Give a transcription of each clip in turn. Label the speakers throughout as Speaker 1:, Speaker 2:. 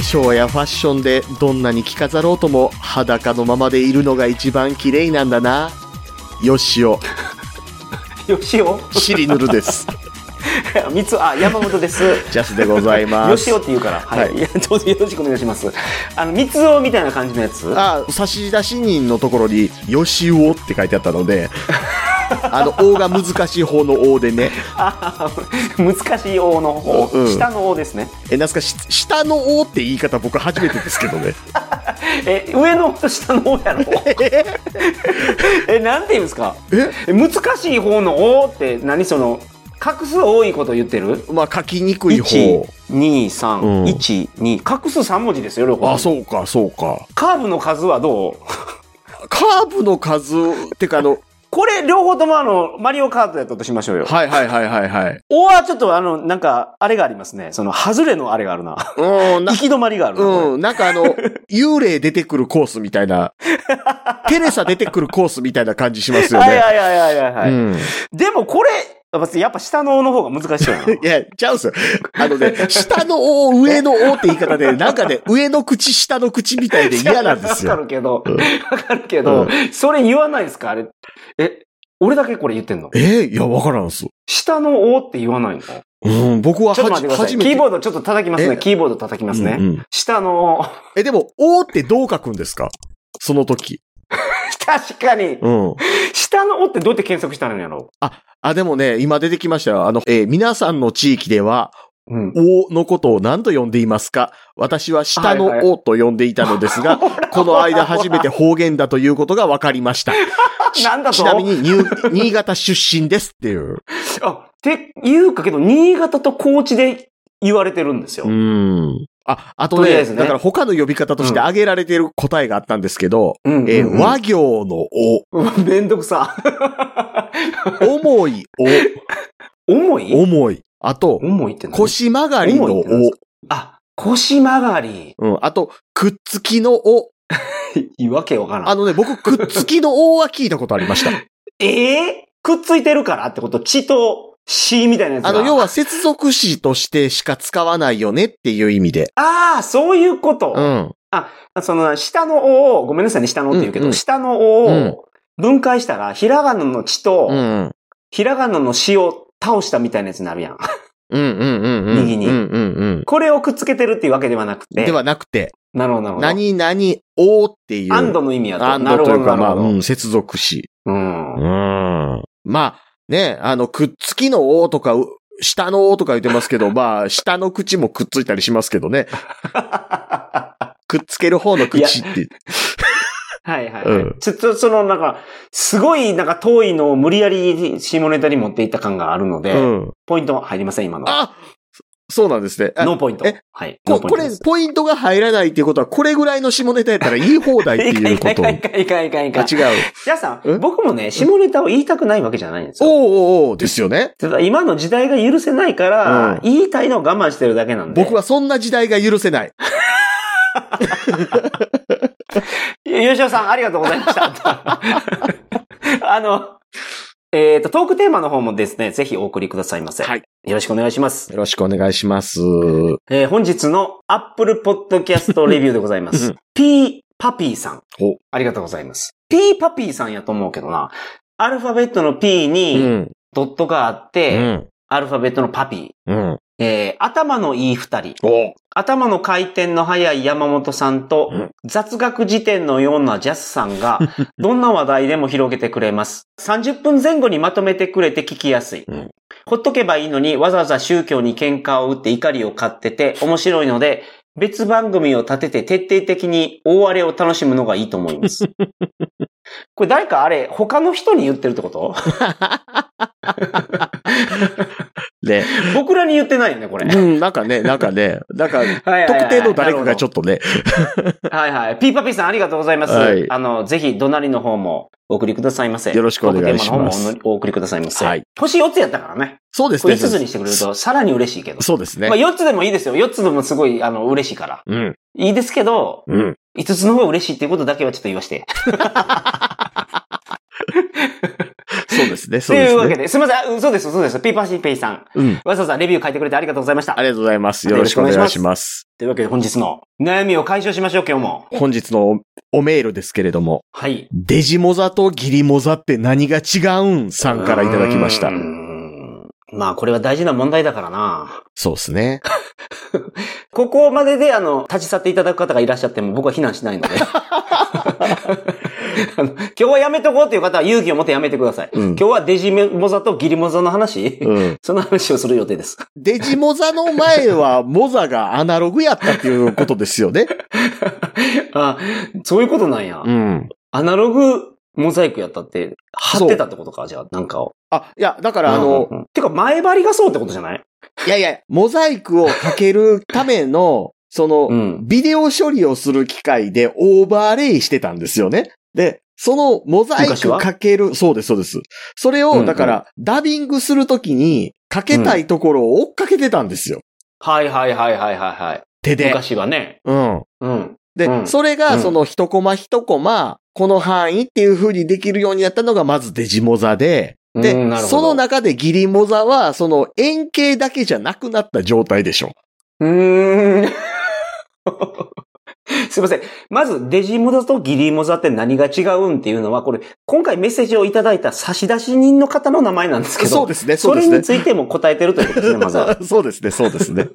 Speaker 1: 粧やファッションでどんなに着飾ろうとも裸のままでいるのが一番綺麗なんだな。よしお、
Speaker 2: よしお
Speaker 1: シリヌルです。
Speaker 2: 三つあ山本です
Speaker 1: ジャスでございます。
Speaker 2: よしおって言うからはい、
Speaker 1: はい
Speaker 2: いや どうぞよろしくお願いしますあの三つおみたいな感じのやつ
Speaker 1: あ差出人のところに「よしお」って書いてあったの であの「お」が難しい方の「お」でね
Speaker 2: あ難しい王の方、
Speaker 1: うん
Speaker 2: 下の王ですね
Speaker 1: えなんすかし下の「お」って言い方僕初めてですけど ね
Speaker 2: え上の王と下の王 やろえなんて言うんですか
Speaker 1: え
Speaker 2: え難しい方の王って何その画数多いこと言ってる
Speaker 1: まあ書きにくい方うん
Speaker 2: 12312画数3文字ですよ両方
Speaker 1: あそうかそうか
Speaker 2: カーブの数はどう
Speaker 1: カーブの数ってかあの
Speaker 2: これ両方ともあのマリオカートやったとしましょうよ
Speaker 1: はいはいはいはいはい
Speaker 2: おはちょっとあの、なんか、あれがありますね。その、外れのあれがあるな。
Speaker 1: うんな
Speaker 2: 行き止まりがあるな。こ
Speaker 1: うん、なんかあ の、幽霊出てくるコースみたいな、テレサ出てくるコースみたいな感じします
Speaker 2: れ
Speaker 1: よ
Speaker 2: はい
Speaker 1: ね。
Speaker 2: はいはいはいはいはい。
Speaker 1: うん
Speaker 2: でもこれ、やっぱ下のの方が難しいよな。
Speaker 1: いや、ちゃうんすよ。あの ね、下の王、上の王って言い方で、なんかね、上の口、下の口みたいで 嫌なんです
Speaker 2: わ
Speaker 1: よ
Speaker 2: か。るけど、
Speaker 1: うん
Speaker 2: わかるけど、
Speaker 1: う
Speaker 2: それ言わないですかあれ。え、俺だけこれ言ってんの
Speaker 1: えーいや、わからんっす。
Speaker 2: 下のおって言わないのちょっ
Speaker 1: うん、僕は
Speaker 2: と
Speaker 1: は
Speaker 2: 待
Speaker 1: じ
Speaker 2: ってくださ
Speaker 1: 初
Speaker 2: い。
Speaker 1: め
Speaker 2: キ
Speaker 1: て。
Speaker 2: ーボードちょっと叩きます
Speaker 1: え
Speaker 2: ね。キーボード叩きます
Speaker 1: うん
Speaker 2: ね。
Speaker 1: うん
Speaker 2: 下のお、
Speaker 1: え、でも、王ってどう書くんですかその時。
Speaker 2: 確かに、
Speaker 1: うん。
Speaker 2: 下のおってどうやって検索したのやろ
Speaker 1: あ、でもね、今出てきましたよ。あの、えー皆さんの地域では、
Speaker 2: うん。
Speaker 1: 王のことを何と呼んでいますか私は下
Speaker 2: はいはい
Speaker 1: の王と呼んでいたのですが、 この間初めて方言だということが分かりま した。ち
Speaker 2: なんだと
Speaker 1: ちなみに、ニュー新潟出身ですっていう。
Speaker 2: あ、っていうかけど、新潟と高知で言われてるんですよ。
Speaker 1: うん。あ、あと
Speaker 2: とりあ
Speaker 1: ね、
Speaker 2: えずね
Speaker 1: だから他の呼び方として挙げられてる答えがあったんですけど、
Speaker 2: うん
Speaker 1: えー
Speaker 2: うんうん
Speaker 1: 和行のお、
Speaker 2: うんめんどくさ。
Speaker 1: 重い
Speaker 2: 重い
Speaker 1: お、 重い。あと、
Speaker 2: 重いって何
Speaker 1: 腰曲がりの
Speaker 2: 重い
Speaker 1: お
Speaker 2: って、なんですあ、腰曲がり。
Speaker 1: うん、あと、くっつきのお。
Speaker 2: いいわけわから
Speaker 1: あ
Speaker 2: ん。
Speaker 1: のね、僕、くっつきのおは聞いたことありました。
Speaker 2: ええくっついてるからってこと血と死みたいなやつが。
Speaker 1: あの、要は接続詞としてしか使わないよねっていう意味で。
Speaker 2: ああ、そういうこと。
Speaker 1: うん。
Speaker 2: その、下のおを、ごめんなさいね、下のって言うけど、
Speaker 1: うんうん
Speaker 2: 下のお
Speaker 1: うん
Speaker 2: を分解したら、ひらがなの血と、
Speaker 1: うん。
Speaker 2: ひらがなの死を倒したみたいなやつになるやん。
Speaker 1: うんうんうんうん。
Speaker 2: 右に
Speaker 1: うんうんうん。
Speaker 2: これをくっつけてるっていうわけではなくて。
Speaker 1: ではなくて、
Speaker 2: なるほど、なるほど。
Speaker 1: 何々おっていう。
Speaker 2: アンドの意味やと。
Speaker 1: アン
Speaker 2: な
Speaker 1: ド
Speaker 2: る
Speaker 1: と
Speaker 2: ほ
Speaker 1: い
Speaker 2: ど、
Speaker 1: うか、
Speaker 2: なる
Speaker 1: まあ、
Speaker 2: ほど。
Speaker 1: うん、接続詞。
Speaker 2: うん。
Speaker 1: ん。まあ、ね、あの、くっつきのおとか、う下のおとか言ってます けど、まあ、下の口もくっついたりしますけどね。くっつける方の口って。
Speaker 2: はいはい、はい
Speaker 1: うん
Speaker 2: ちょっとそのなんか、すごいなんか遠いのを無理やり下ネタに持っていった感があるので、
Speaker 1: うん。
Speaker 2: ポイント入りません、今のは。
Speaker 1: あそうなんですね。あ
Speaker 2: ノーポイント
Speaker 1: え。
Speaker 2: はい。ノ
Speaker 1: こ
Speaker 2: ーポイン
Speaker 1: これ
Speaker 2: トです、
Speaker 1: ポイントが入らないっていうことは、これぐらいの下ネタやったら言い放題っていうこ
Speaker 2: い
Speaker 1: と。
Speaker 2: かいかいかいかいか
Speaker 1: あ、
Speaker 2: いかいか。
Speaker 1: 違う。
Speaker 2: 皆さ
Speaker 1: え
Speaker 2: ん、僕もね、下ネタを言いたくないわけじゃないんですよ。
Speaker 1: おうおうおうですよね。
Speaker 2: ただ今の時代が許せないか
Speaker 1: うん
Speaker 2: ら、言いたいのを我慢してるだけなんで。
Speaker 1: 僕はそんな時代が許せない。
Speaker 2: よしおさん、ありがとうございました。 あの、えっ、と、トークテーマの方もですね、ぜひお送りくださいませ。
Speaker 1: はい。
Speaker 2: よろしくお願いします。
Speaker 1: よろしくお願いします。
Speaker 2: えー本日の Apple Podcast レビューでございま
Speaker 1: う
Speaker 2: す
Speaker 1: ん。
Speaker 2: P パピーさん
Speaker 1: お。
Speaker 2: ありがとうございます。P パピーさんやと思うけどな。アルファベットの P に
Speaker 1: ん。
Speaker 2: ドットがあっ
Speaker 1: う
Speaker 2: て、
Speaker 1: ん。
Speaker 2: アルファベットのパピー。
Speaker 1: うん。
Speaker 2: えー頭のいい二人。
Speaker 1: お
Speaker 2: 頭の回転の速い山本さんと、
Speaker 1: うん
Speaker 2: 雑学辞典のようなジャスさ んが、どんな話題でも広げてくれます。30分前後にまとめてくれて聞きやすい。
Speaker 1: うん
Speaker 2: ほっとけばいいのに、わざわざ宗教に喧嘩を打って怒りを買ってて、面白いので、別番組を立てて徹底的に大荒れを楽しむのがいいと思い ます。これ誰かあれ、他の人に言ってるってこと
Speaker 1: で、
Speaker 2: 僕らに言ってないよね、これ。
Speaker 1: うん、なんかね、なんかね、なんか、
Speaker 2: はいはいはい
Speaker 1: 特定の誰かがちょっとね、
Speaker 2: はいはい。ピーパピーさんありがとうございます。
Speaker 1: はい
Speaker 2: あの、ぜひ、隣の方もお送りくださいませ。
Speaker 1: よろしくお願いします
Speaker 2: トークテーマの方もお送りくださいませ。
Speaker 1: はい
Speaker 2: 星4つやったからね。
Speaker 1: そうです
Speaker 2: これ
Speaker 1: ね。
Speaker 2: 5つにしてくれると、さらに嬉しいけど。
Speaker 1: そうですね
Speaker 2: まあ。4つでもいいですよ。4つでもすごい、あの、嬉しいから。
Speaker 1: うん。
Speaker 2: いいですけど、
Speaker 1: うん。
Speaker 2: 5つの方が嬉しいっていうことだけはちょっと言わして。
Speaker 1: そうですね、
Speaker 2: と
Speaker 1: そうで
Speaker 2: いう
Speaker 1: す
Speaker 2: わけ
Speaker 1: ね。
Speaker 2: で、すみません、あ嘘です、嘘です。ピーパーシーペイさん。
Speaker 1: うん。
Speaker 2: わざわざレビュー書いてくれてありがとうございました。
Speaker 1: ありがとうございます。よろしくお願いします。
Speaker 2: というわけで、本日の悩みを解消しましょう、今日も。
Speaker 1: 本日のおメールですけれども、
Speaker 2: はい。
Speaker 1: デジモザとギリモザって何が違うんさんからいただきました
Speaker 2: うー。んまあ、これは大事な問題だからな。
Speaker 1: そうですね。
Speaker 2: ここまでで、あの、立ち去っていただく方がいらっしゃっても、僕は避難しないので。 あの今日はやめとこうという方は勇気を持ってやめてください。
Speaker 1: うん
Speaker 2: 今日はデジモザとギリモザの話、
Speaker 1: うん。
Speaker 2: その話をする予定です。
Speaker 1: デジモザの前はモザがアナログやったっていうことですよね。
Speaker 2: あ、そういうことなんや。
Speaker 1: うん。
Speaker 2: アナログモザイクやったって、貼ってたってことか、じゃあ、なんかを。
Speaker 1: あ、いや、だからあの、
Speaker 2: うんうんうんてか前張りがそうってことじゃない
Speaker 1: いやいや、モザイクをかけるための、その、
Speaker 2: うん。
Speaker 1: ビデオ処理をする機械でオーバーレイしてたんですよね。で、そのモザイ
Speaker 2: 昔
Speaker 1: ク
Speaker 2: は
Speaker 1: かける、そうです、そうです。それ
Speaker 2: うんう
Speaker 1: を、
Speaker 2: ん
Speaker 1: だから、ダビングするときに、かけたいところを追っかけてたんですよ。
Speaker 2: はいはいはいはいはいはい。
Speaker 1: 手で。
Speaker 2: 昔はね。
Speaker 1: うん。
Speaker 2: うん。
Speaker 1: で、
Speaker 2: うん
Speaker 1: それ
Speaker 2: う
Speaker 1: が、
Speaker 2: ん
Speaker 1: その一コマ一コマ、この範囲っていう風にできるようになったのが、まずデジモザで、で、
Speaker 2: うんなるほど
Speaker 1: その中でギリモザは、その円形だけじゃなくなった状態でしょ。
Speaker 2: うーん。 すいません。まず、デジモザとギリモザって何が違うんっていうのは、これ、今回メッセージをいただいた差出人の方の名前なんですけど、
Speaker 1: そうですね、そ
Speaker 2: そう
Speaker 1: で
Speaker 2: れ
Speaker 1: すね
Speaker 2: に。ついても答えてるというこ とですね、まずは。
Speaker 1: そうですね、そうですね。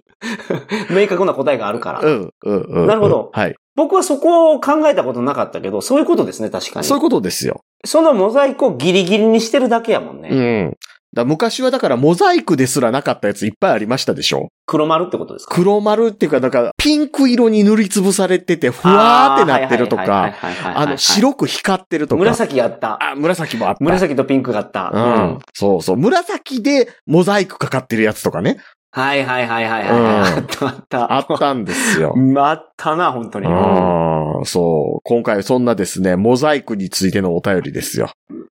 Speaker 2: 明確な答えがあるから。
Speaker 1: うん、うん、うん。
Speaker 2: なるほど
Speaker 1: はい。
Speaker 2: 僕はそこを考えたことなかったけど、そういうことですね、確かに。
Speaker 1: そういうことですよ。
Speaker 2: そのモザイクをギリギリにしてるだけやもんね。
Speaker 1: うん。だ昔はだからモザイクですらなかったやついっぱいありましたでしょ
Speaker 2: 黒丸ってことですか
Speaker 1: 黒丸っていうか、なんかピンク色に塗りつぶされてて、ふわーってなってると
Speaker 2: あーはい
Speaker 1: か、
Speaker 2: はいはいはいはいはいはい
Speaker 1: あの、白く光ってるとか。
Speaker 2: 紫あった。
Speaker 1: あ、紫もあった。
Speaker 2: 紫とピンクがあった。
Speaker 1: う。ん。そうそう。紫でモザイクかかってるやつとかね。
Speaker 2: はいはいはいはいはい。
Speaker 1: うん
Speaker 2: あったあった。
Speaker 1: あったんですよ。
Speaker 2: うんあったな、本当に。は
Speaker 1: うん。そう。今回そんなですね、モザイクについてのお便りですよ。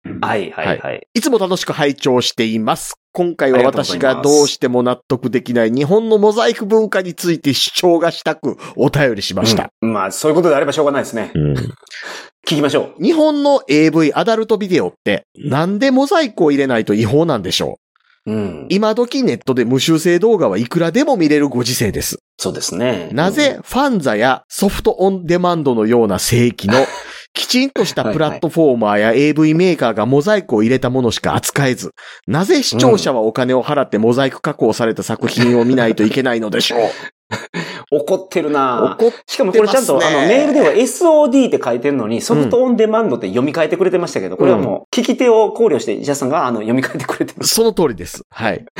Speaker 2: いはいはい。
Speaker 1: いつも楽しく拝聴しています。今回は
Speaker 2: ありがとうござい
Speaker 1: 私
Speaker 2: ます
Speaker 1: がどうしても納得できない日本のモザイク文化について主張がしたくお便りしました。
Speaker 2: うんまあ、そういうことであればしょうがないですね。聞きましょう。
Speaker 1: 日本の AV アダルトビデオってなんでモザイクを入れないと違法なんでしょう
Speaker 2: うん。
Speaker 1: 今時ネットで無修正動画はいくらでも見れるご時世です。
Speaker 2: そうですね。
Speaker 1: なぜファンザやソフトオンデマンドのような正規 のきちんとしたプラットフォーマーや AV メーカーがモザイクを入れたものしか扱えず、なぜ視聴者はお金を払ってモザイク加工された作品を見ないといけないのでしょう。
Speaker 2: うん怒ってるな
Speaker 1: 怒っ
Speaker 2: しかもこれちゃんと、
Speaker 1: 出
Speaker 2: あ
Speaker 1: ますね
Speaker 2: の、メールでは SOD って書いてるのに、ソフトオンデマンドって読み替えてくれてましたけど、これはもう、聞き手を考慮して、医者さんが、あの、読み替えてくれてます。
Speaker 1: その通りです。はい。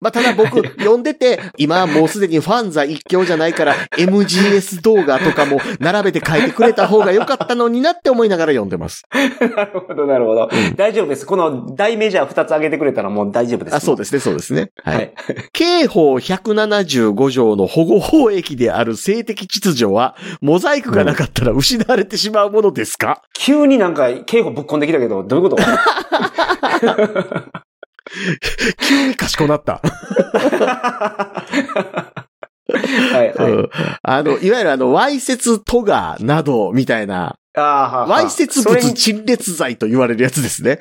Speaker 1: まあ、ただ僕、読んでて、今はもうすでにファンザ一強じゃないから、MGS 動画とかも並べて書いてくれた方が良かったのになって思いながら読んでます。
Speaker 2: なるほど、なるほど。大丈夫です。この大メジャー2つ上げてくれたらもう大丈夫です。
Speaker 1: あ、そう
Speaker 2: で
Speaker 1: ですね、そうですね。はい。
Speaker 2: はい。
Speaker 1: 刑法175条の保護法益である性的秩序は、モザイクがなかったら失われてしまうものですか、
Speaker 2: 急になんか、警護ぶっ込んできたけど、どういうこと
Speaker 1: 急に賢なった。
Speaker 2: はい、
Speaker 1: う
Speaker 2: はい。
Speaker 1: んあの、いわゆるあの、わいせつトガなど、みたいな、
Speaker 2: あーはーは
Speaker 1: わいせつ物
Speaker 2: それに
Speaker 1: 陳列罪と言われるやつですね。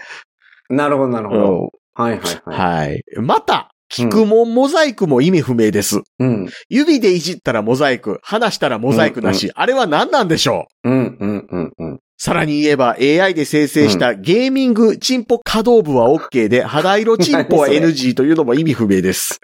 Speaker 2: なるほど、なるほ
Speaker 1: う
Speaker 2: ど。
Speaker 1: ん
Speaker 2: はい、はい、はい。
Speaker 1: はい。また、聞くもんモザイクも意味不明です。
Speaker 2: うん。
Speaker 1: 指でいじったらモザイク、話したらモザイクなし、あれは何なんでしょう
Speaker 2: うん、うん、うん、うん。
Speaker 1: さらに言えば AI で生成したゲーミングチンポ可動部は OK で肌色チンポは
Speaker 2: 何それ
Speaker 1: NG というのも意味不明です。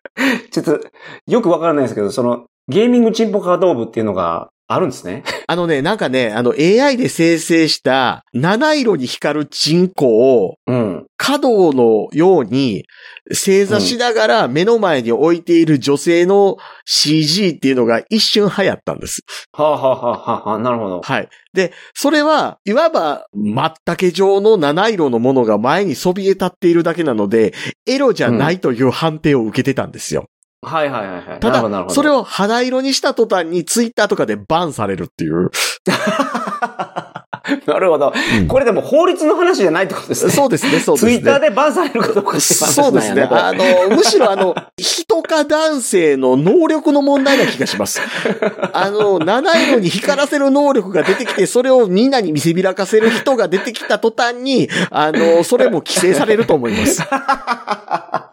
Speaker 2: ちょっと、よくわからないですけど、その、ゲーミングチンポ可動部っていうのがあるんですね。
Speaker 1: あのね、なんかね、あの AI で生成した七色に光るチンコを
Speaker 2: うん。
Speaker 1: 可動のように正座しながら目の前に置いている女性の CG っていうのが一瞬流行ったんです。
Speaker 2: はあ、はあはあはあはあ、なるほど。
Speaker 1: はい。で、それは、いわば、まったけ状の七色のものが前にそびえ立っているだけなので、エロじゃないという判定を受けてたんですよ。
Speaker 2: はいはいはいはい。
Speaker 1: た
Speaker 2: なるほどなる
Speaker 1: だ、
Speaker 2: ほど
Speaker 1: それを肌色にした途端にツイッターとかでバンされるっていう。
Speaker 2: なるほど。
Speaker 1: うん
Speaker 2: これでも法律の話じゃないってことですね。
Speaker 1: そうですね、そうです
Speaker 2: ツ
Speaker 1: ね。
Speaker 2: イッターでバンされることかっていう話な
Speaker 1: そうん
Speaker 2: や
Speaker 1: ですね。
Speaker 2: これ
Speaker 1: あの、むしろあの、人か男性の能力の問題な気がし ます。あの、七色に光らせる能力が出てきて、それをみんなに見せびらかせる人が出てきた途端に、あの、それも規制されると思います。
Speaker 2: あ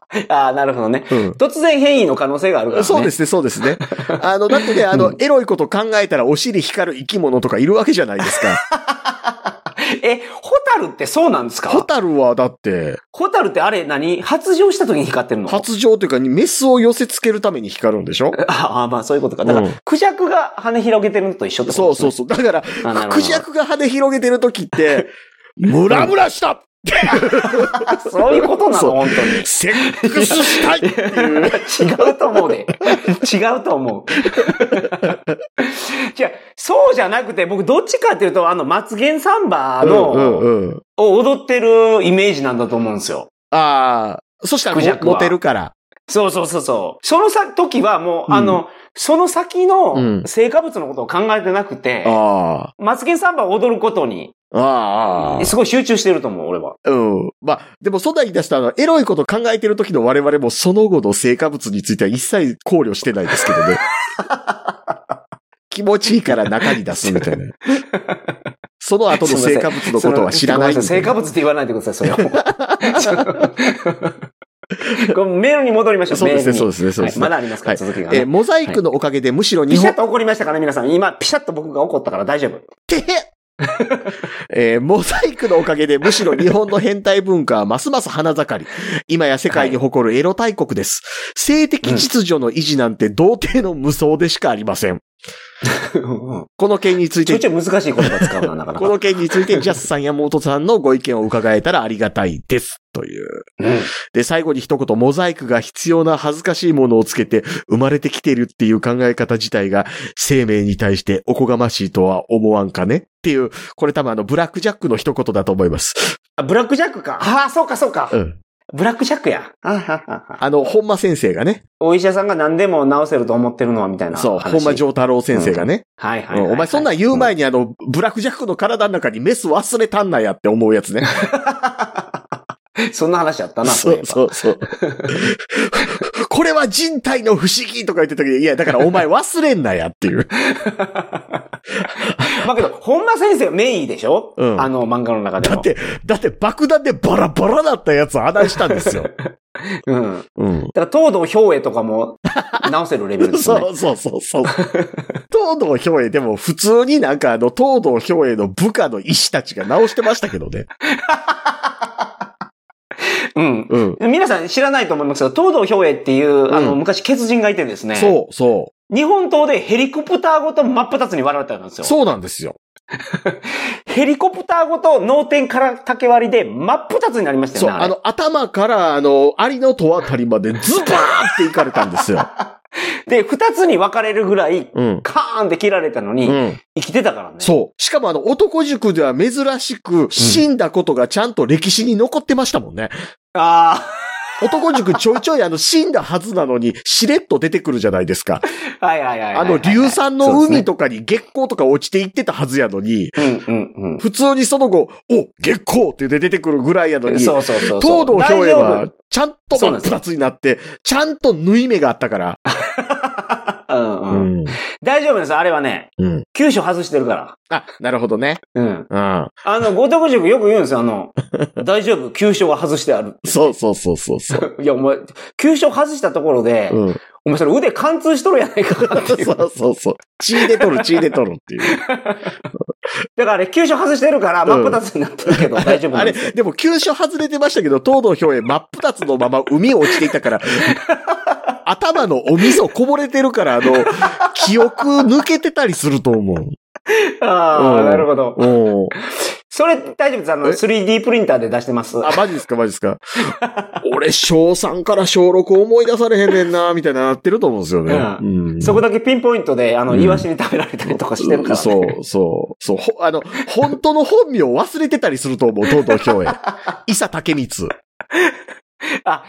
Speaker 2: あ、なるほどね。
Speaker 1: うん。
Speaker 2: 突然変異の可能性があるからね。。
Speaker 1: そうですすね、そうですね。あの、だってね、あの、エロいこと考えたらお尻光る生き物とかいるわけじゃないですか。
Speaker 2: え、ホタルってそうなんです
Speaker 1: ホ
Speaker 2: か
Speaker 1: タルはだって、
Speaker 2: ホタルってあれ何発情した時に光ってるの
Speaker 1: 発情というか、メスを寄せつけるために光るんでしょ
Speaker 2: ああ、まあそういうことか。だから、
Speaker 1: うん
Speaker 2: クジャクが羽広げてるのと一緒ってこと
Speaker 1: そう
Speaker 2: です、
Speaker 1: そう
Speaker 2: ね、
Speaker 1: そう。だから、
Speaker 2: あなるほ
Speaker 1: ク
Speaker 2: ど
Speaker 1: ジャクが羽広げてる時 って、ムラムラした
Speaker 2: そうそう。そういうことな
Speaker 1: そう
Speaker 2: の、本当に。
Speaker 1: セックスしたいっ ていう。
Speaker 2: 違うと思うで。違うと思う。 じゃあそうじゃなくて、僕どっちかっていうと、あの、松ンサンバの、
Speaker 1: うんうんうん。
Speaker 2: を踊ってるイメージなんだと思うんですよ。
Speaker 1: ああ、そした
Speaker 2: クジャ
Speaker 1: ら
Speaker 2: クは
Speaker 1: モテるから。
Speaker 2: そうそうそうそう。そのさ、時はもう、
Speaker 1: うん
Speaker 2: あの、その先
Speaker 1: う
Speaker 2: の
Speaker 1: ん
Speaker 2: 成果物のことを考えてなくて、
Speaker 1: あ
Speaker 2: マツケンサンバを踊ることに、
Speaker 1: あ、ああ、
Speaker 2: すごい集中してると思う、俺は。
Speaker 1: うん。まあ、でもそんな言い出したら、あのエロいこと考えてる時の我々もその後の成果物については一切考慮してないですけど ね。気持ちいいから中に出すみたい な。その後の成果物のことは知らない
Speaker 2: そのごめんさ成果物って言わないでください、それを。 これメールに戻りましょう、
Speaker 1: そうですね、
Speaker 2: メールに
Speaker 1: そうですね、そうですね。
Speaker 2: はいまだありますから、
Speaker 1: はい
Speaker 2: 続きが、
Speaker 1: えー
Speaker 2: ね。
Speaker 1: モザイクのおかげでむしろ日
Speaker 2: ピシャ
Speaker 1: 本
Speaker 2: ッ、と怒りましたからね、皆さん。今、ピシャッと僕が怒ったから大丈夫。
Speaker 1: てへっ えーモザイクのおかげでむしろ日本の変態文化はますます花盛り。今や世界に誇るエロ大国です。性的秩序の維持なんて童貞の無双でしかありません。この件につい
Speaker 2: ちょい
Speaker 1: て、
Speaker 2: ちょい難しい言葉使うな、なかな
Speaker 1: こ
Speaker 2: か。
Speaker 1: の件についてジャスさんやモトさんのご意見を伺えたらありがたいです。という。
Speaker 2: うん
Speaker 1: で、最後に一言、モザイクが必要な恥ずかしいものをつけて生まれてきてるっていう考え方自体が生命に対しておこがましいとは思わんかねっていう、これ多分あの、ブラックジャックの一言だと思います。
Speaker 2: あ、ブラックジャックか。ああ、そうか、そうか
Speaker 1: う。ん。
Speaker 2: ブラックジャックや。あははは
Speaker 1: あの、本間先生がね、
Speaker 2: お医者さんが何でも治せると思ってるのは、みたいな話。
Speaker 1: そう、本間丈太郎先生がね、
Speaker 2: はいはいはい、
Speaker 1: うんお前そんなん言う前にあの、ブラックジャックの体の中にメス忘れたんなやって思うやつね。
Speaker 2: うんそんな 話やったな、
Speaker 1: そう
Speaker 2: うい
Speaker 1: そう そう。これは人体の不思議とか言ってたけど、いや、だからお前忘れんなやっていう。
Speaker 2: えば。まあけど、本間先生メインでしょ、
Speaker 1: うん
Speaker 2: あの漫画の中でも。
Speaker 1: だっ、て、だって爆弾でバラバラだったやつ話したんです よ。
Speaker 2: うん。だか
Speaker 1: うん。
Speaker 2: ら、東堂兵衛とかも治せるレベルですね。
Speaker 1: そうそうそうそう。東堂兵衛でも普通になんかあの東堂兵衛の部下の医師たちが直してましたけどね。
Speaker 2: うん。
Speaker 1: うん。
Speaker 2: 皆さん知らないと思いますけど、東堂兵衛っていう、あの、
Speaker 1: うん
Speaker 2: 昔、血人がいてですね。
Speaker 1: そうそ
Speaker 2: 日本刀でヘリコプターごと真っ二つに割られたんです
Speaker 1: う。
Speaker 2: よ。
Speaker 1: そうなんですよ。
Speaker 2: ヘリコプターごと脳天から竹割りで真っ二つになりましたよ
Speaker 1: そう。
Speaker 2: ね。あ
Speaker 1: あ
Speaker 2: れ
Speaker 1: の、頭からあの、アリの戸あたりまでズバーっていかれたんですよ。
Speaker 2: で、二つに分かれるぐらい、
Speaker 1: うん。
Speaker 2: カーンって切られたの
Speaker 1: う
Speaker 2: に、
Speaker 1: ん。
Speaker 2: 生きてたからね。
Speaker 1: そう。しかもあの、男塾では珍しく、死んだことがちゃんと歴史に残ってましたもんね。
Speaker 2: あ
Speaker 1: 男塾ちょいちょいあの、死んだはずなのに、しれっと出てくるじゃないですか。
Speaker 2: あ、 はいはいはいはい
Speaker 1: あ
Speaker 2: はい
Speaker 1: の、硫酸の海
Speaker 2: と。
Speaker 1: とかに月光とか落ちていってたはずやのに、
Speaker 2: そうですねうんうん
Speaker 1: 普通にその後、お月光って出てくるぐらいやの
Speaker 2: う
Speaker 1: に、
Speaker 2: ん。
Speaker 1: 東
Speaker 2: そうそうそうそう。
Speaker 1: 堂兵衛は
Speaker 2: 大丈、
Speaker 1: ちゃんと真っ二つになって、ちゃんと縫い目があったから。
Speaker 2: 夫。うん
Speaker 1: う
Speaker 2: うん。
Speaker 1: ん。
Speaker 2: 大丈夫です。あれはね、
Speaker 1: うん。
Speaker 2: 九所外してるから。
Speaker 1: あ、なるほどね。
Speaker 2: うん。
Speaker 1: うん。
Speaker 2: あの、五徳塾よく言うんですよ。あの、大丈夫、急所は外してある。
Speaker 1: そうそうそうそうそう。
Speaker 2: いや、お前、急所外したところで、
Speaker 1: うん。
Speaker 2: お前それ腕貫通しとるやないかなって
Speaker 1: そ
Speaker 2: いう。
Speaker 1: うそうそう。血で取る、血で取るっていう。
Speaker 2: だからあれ、急所外してるから、真っ二つになってる けど、大丈夫
Speaker 1: あ
Speaker 2: なん
Speaker 1: れ
Speaker 2: です、
Speaker 1: でも、急所外れてましたけど、東堂兵衛真っ二つのまま海落ちていた から、頭のお味噌こぼれてるから、あの、記憶抜けてたりすると思う。
Speaker 2: ああ、
Speaker 1: うん
Speaker 2: なるほど。
Speaker 1: お
Speaker 2: それ、大丈夫です。あの、
Speaker 1: え
Speaker 2: 3D プリンターで出してます。
Speaker 1: あ、マジですか、マジですか。俺、小3から小6思い出されへんねんな、みたいななってると思うんですよね。
Speaker 2: う
Speaker 1: うん
Speaker 2: そこだけピンポイントで、あの、
Speaker 1: うん
Speaker 2: イワシに食べられたりとかしてるから、ね。
Speaker 1: そう、そう、そう。ほあの、本当の本名忘れてたりすると思う、東堂兵 衛。伊佐竹光。
Speaker 2: あ、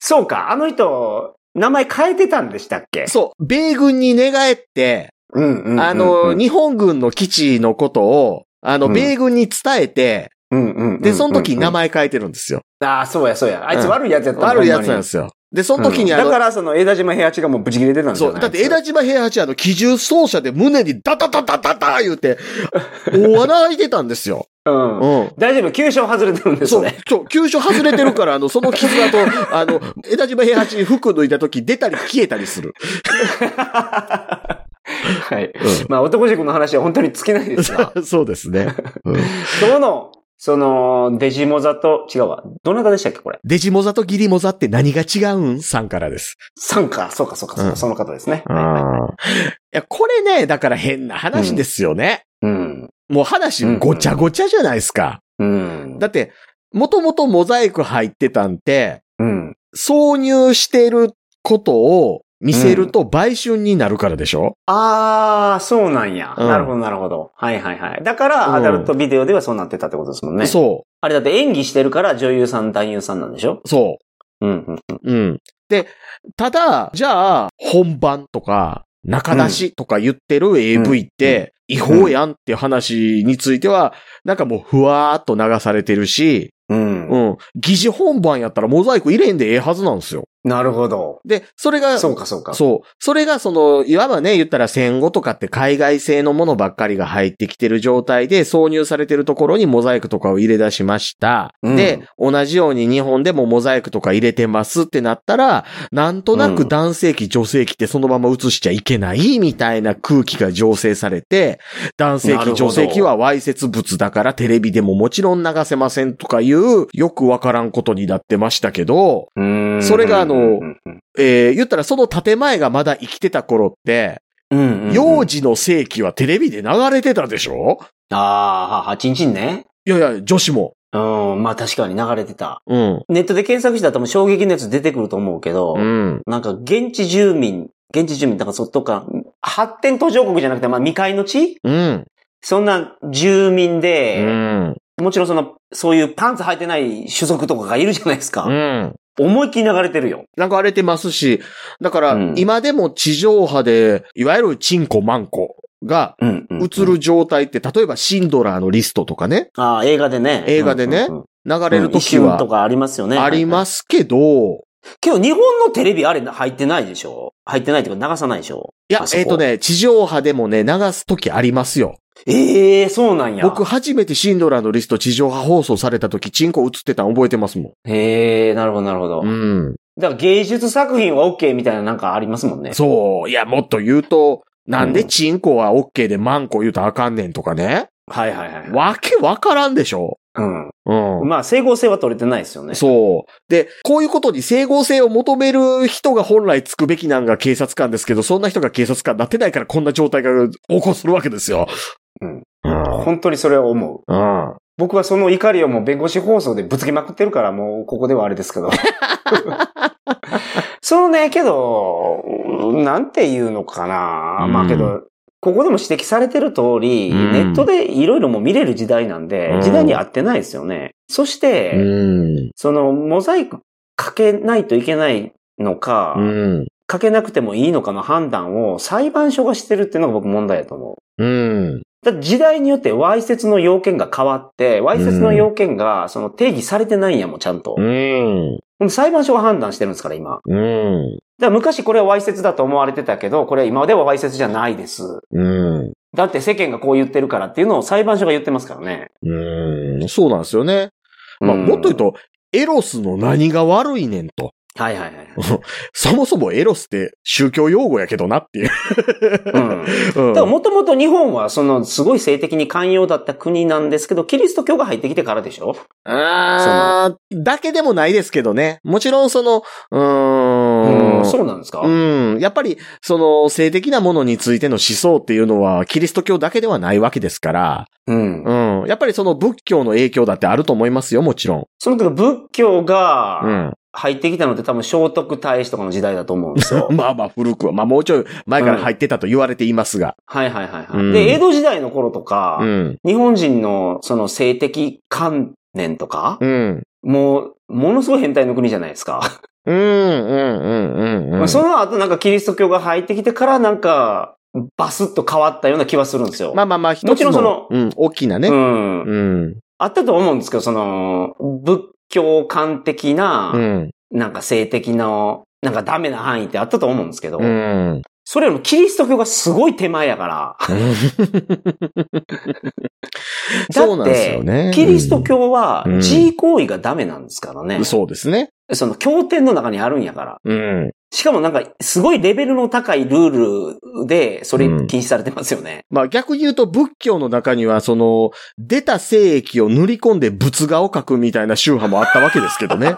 Speaker 2: そうか。あの人、名前変えてたんでしたっけ
Speaker 1: そう、米軍に寝返って、
Speaker 2: うんうんうんうん
Speaker 1: あの、日本軍の基地のことを、あの、
Speaker 2: うん
Speaker 1: 米軍に伝えて、
Speaker 2: うんうんうん。
Speaker 1: で、その時に名前
Speaker 2: 前。
Speaker 1: 変えてるんですよ。
Speaker 2: ああ、そうや、そうや。あいつ
Speaker 1: うん
Speaker 2: 悪いやつやった。
Speaker 1: 悪いやつなんですすよ。で、その時に
Speaker 2: うん
Speaker 1: あ
Speaker 2: だ
Speaker 1: の、
Speaker 2: から、その、枝島平八がもうブチ切れてたんです
Speaker 1: そ
Speaker 2: よ。
Speaker 1: う。だって、枝島平八あの、機銃奏者で胸にダダダダダダ言うて、お笑い出たんですよ。
Speaker 2: うん。
Speaker 1: うん。
Speaker 2: 大丈夫、急所外れてるんです
Speaker 1: そう
Speaker 2: ね。、
Speaker 1: そう、急所外れてるから、あの、その傷だと、あの、枝島平八服脱いだ時出たり消えたりする。
Speaker 2: はい。まあ、男塾の話は本当に尽きないですが、
Speaker 1: うんそうですね。うん
Speaker 2: どの、その、デジモザと、違うわ。どなたでしたっけ、これ。
Speaker 1: デジモザとギリモザって何が違うんさんからです。
Speaker 2: サンか、そうか、そうか、そう
Speaker 1: うん
Speaker 2: かその方ですね。
Speaker 1: いや、これね、だから変な話ですよね。
Speaker 2: うん。
Speaker 1: もう話ごちゃごちゃじゃないですか。
Speaker 2: うん。
Speaker 1: だって、もともとモザイク入ってたんて、
Speaker 2: うん。
Speaker 1: 挿入してることを見せると売春になるからでしょ、
Speaker 2: あー、そうなんや。
Speaker 1: うん
Speaker 2: なるほど、なるほど。はいはいはい。だから、
Speaker 1: うん
Speaker 2: アダルトビデオではそうなってたってことですもんね。
Speaker 1: そ
Speaker 2: あれだって演技してるから女優さん、男優さんなんでしょ
Speaker 1: う、そう。
Speaker 2: うん、うん。
Speaker 1: うん。で、ただ、じゃあ、本番とか、中出しとか言ってる AV って、違法やんっていう話については、なんかもうふわーっと流されてるし、
Speaker 2: うん。
Speaker 1: うん。疑似本番やったらモザイク入れんでええはずなんですよ。
Speaker 2: なるほど。
Speaker 1: で、それが、
Speaker 2: そうか、そうか。
Speaker 1: そう。それがその、いわばね、言ったら戦後とかって海外製のものばっかりが入ってきてる状態で挿入されてるところにモザイクとかを入れ出しました。
Speaker 2: うん
Speaker 1: で、同じように日本でもモザイクとか入れてますってなったら、なんとな
Speaker 2: う
Speaker 1: く
Speaker 2: ん
Speaker 1: 男性器、女性器ってそのまま映しちゃいけないみたいな空気が醸成されて、男性器、
Speaker 2: なるほど
Speaker 1: 女性器はわいせつ物だからテレビでももちろん流せませんとかいう、よくわからんことになってましたけど、
Speaker 2: うーん。
Speaker 1: それがあの
Speaker 2: うん
Speaker 1: えー言ったらその建前がまだ生きてた頃って、
Speaker 2: うんうん、うん。
Speaker 1: 幼児の世紀はテレビで流れてたでしょ
Speaker 2: あー、は、は、ちんちんね。
Speaker 1: いやいや、女子も。
Speaker 2: うん、まあ確かに流れてた。
Speaker 1: うん。
Speaker 2: ネットで検索したら多分衝撃のやつ出てくると思うけど、
Speaker 1: うん。
Speaker 2: なんか現地住民、現地住民、だからそっとか、発展途上国じゃなくて、まあ未開の地
Speaker 1: うん。
Speaker 2: そんな住民
Speaker 1: う
Speaker 2: で、
Speaker 1: ん。
Speaker 2: もちろんその、そういうパンツ履いてない種族とかがいるじゃないですか。
Speaker 1: うん。
Speaker 2: 思いっきり流れてるよ。
Speaker 1: 流れてますし、だか
Speaker 2: う
Speaker 1: ら
Speaker 2: ん
Speaker 1: 今でも地上波で、いわゆるチンコマンコが
Speaker 2: うん、うん。
Speaker 1: 映。る状態って、例えばシンドラーのリストとかね、
Speaker 2: ああ、映画でね。
Speaker 1: 映画でね
Speaker 2: うんうんうん
Speaker 1: 流れる
Speaker 2: うん
Speaker 1: 時
Speaker 2: 一瞬と
Speaker 1: は
Speaker 2: かありますよね。
Speaker 1: あり
Speaker 2: す。
Speaker 1: ますけど、
Speaker 2: けど日本のテレビあれ入ってないでしょ入ってないっていうか流さないでしょ
Speaker 1: いや
Speaker 2: あ、そこ
Speaker 1: えっとね、地上波でもね、流す時ありますよ。
Speaker 2: ええそうなんや。
Speaker 1: 僕。初めてシンドラーのリスト地上波放送された時、チンコ映ってたの覚えてますも
Speaker 2: ええなるほど、なるほど。
Speaker 1: ん。うん。
Speaker 2: だから芸術作品は OK みたいななんかありますもんね。
Speaker 1: そう。いや、もっと言うと、なんでチンコはオッケーでマンコ言うとあかんねんとかね。
Speaker 2: はいはいはい。
Speaker 1: わけわからんでしょ。
Speaker 2: うん。
Speaker 1: うん。
Speaker 2: まあ、整合性は取れてないですよね。
Speaker 1: そう。で、こういうことに整合性を求める人が本来つくべきなんが警察官ですけど、そんな人が警察官になってないからこんな状態が起こするわけですよ。
Speaker 2: うん。
Speaker 1: うん。
Speaker 2: 本当にそれは思う。
Speaker 1: うん。
Speaker 2: 僕はその怒りをもう弁護士放送でぶつけまくってるから、もうここではあれです けど。そのね、けど、なんて言うのかな。まあけ
Speaker 1: う
Speaker 2: ど、ここでも指摘されてる通り、
Speaker 1: うん
Speaker 2: ネットでいろいろもう見れる時代なんで
Speaker 1: う、ん
Speaker 2: 時代に合ってないですよね。そして、
Speaker 1: うん。
Speaker 2: そのモザイクかけないといけないのか、
Speaker 1: うん。
Speaker 2: かけなくてもいいのかの判断を裁判所がしてるっていうのが僕問題だと思う。
Speaker 1: うん。
Speaker 2: だって時代によって、わいせつの要件が変わって、わいせつの要件が、その定義されてないんやもん、ちゃんと
Speaker 1: う。ん。
Speaker 2: 裁判所が判断してるんですから、今。だか
Speaker 1: うん。
Speaker 2: ら昔これはわいせつだと思われてたけど、これは今ではわいせつじゃないです。
Speaker 1: うん。
Speaker 2: だって世間がこう言ってるからっていうのを裁判所が言ってますからね。
Speaker 1: うーん、そうなんですよね。まあ、
Speaker 2: うん
Speaker 1: もっと言う。と、エロスの何が悪いねんと。
Speaker 2: はいはいはい。
Speaker 1: そもそもエロスって宗教用語やけどなっていう。
Speaker 2: うん。
Speaker 1: うん
Speaker 2: だからもともと日本は、その、すごい性的に寛容だった国なんですけど、キリスト教が入ってきてからでしょ
Speaker 1: あーだけでもないですけどね。もちろんその、うーん。
Speaker 2: うんそうなんですか
Speaker 1: うん。やっぱり、その、性的なものについての思想っていうのは、キリスト教だけではないわけですから、
Speaker 2: うん
Speaker 1: うん。やっぱりその仏教の影響だってあると思いますよ、もちろん。
Speaker 2: その時仏教が、
Speaker 1: うん。。
Speaker 2: 入ってきたのって多分聖徳太子とかの時代だと思うんですよ
Speaker 1: まあまあ、古くは。まあ、もうちょい前から入ってたと言われていますが。
Speaker 2: はいはいはいはい。
Speaker 1: うん
Speaker 2: で、江戸時代の頃とか、
Speaker 1: うん。
Speaker 2: 日本人のその性的観念とか、
Speaker 1: うん。
Speaker 2: もう、ものすごい変態の国じゃないですか。
Speaker 1: うん、うん、うん、うん。
Speaker 2: その後なんかキリスト教が入ってきてからなんか、バスッと変わったような気はするんですよ。
Speaker 1: まあまあまあ、一つの、
Speaker 2: もちろんその
Speaker 1: うん、大きなね。
Speaker 2: うん。
Speaker 1: うん。
Speaker 2: あったと思うんですけど、その、仏教観的な、
Speaker 1: うん。
Speaker 2: なんか性的な、なんかダメな範囲ってあったと思うんですけど、
Speaker 1: う ん。
Speaker 2: それよりもキリスト教がすごい手前やから、
Speaker 1: そうなんですよね。
Speaker 2: キリスト教は
Speaker 1: うん
Speaker 2: G 行為がダメなんですからね。
Speaker 1: うんそうですね。
Speaker 2: その経典の中にあるんやから。
Speaker 1: うん。
Speaker 2: しかもなんか、すごいレベルの高いルールで、それ禁止されてますよね。
Speaker 1: まあ逆に言うと仏教の中には、その、出た精液を塗り込んで仏画を描くみたいな宗派もあったわけですけど ね。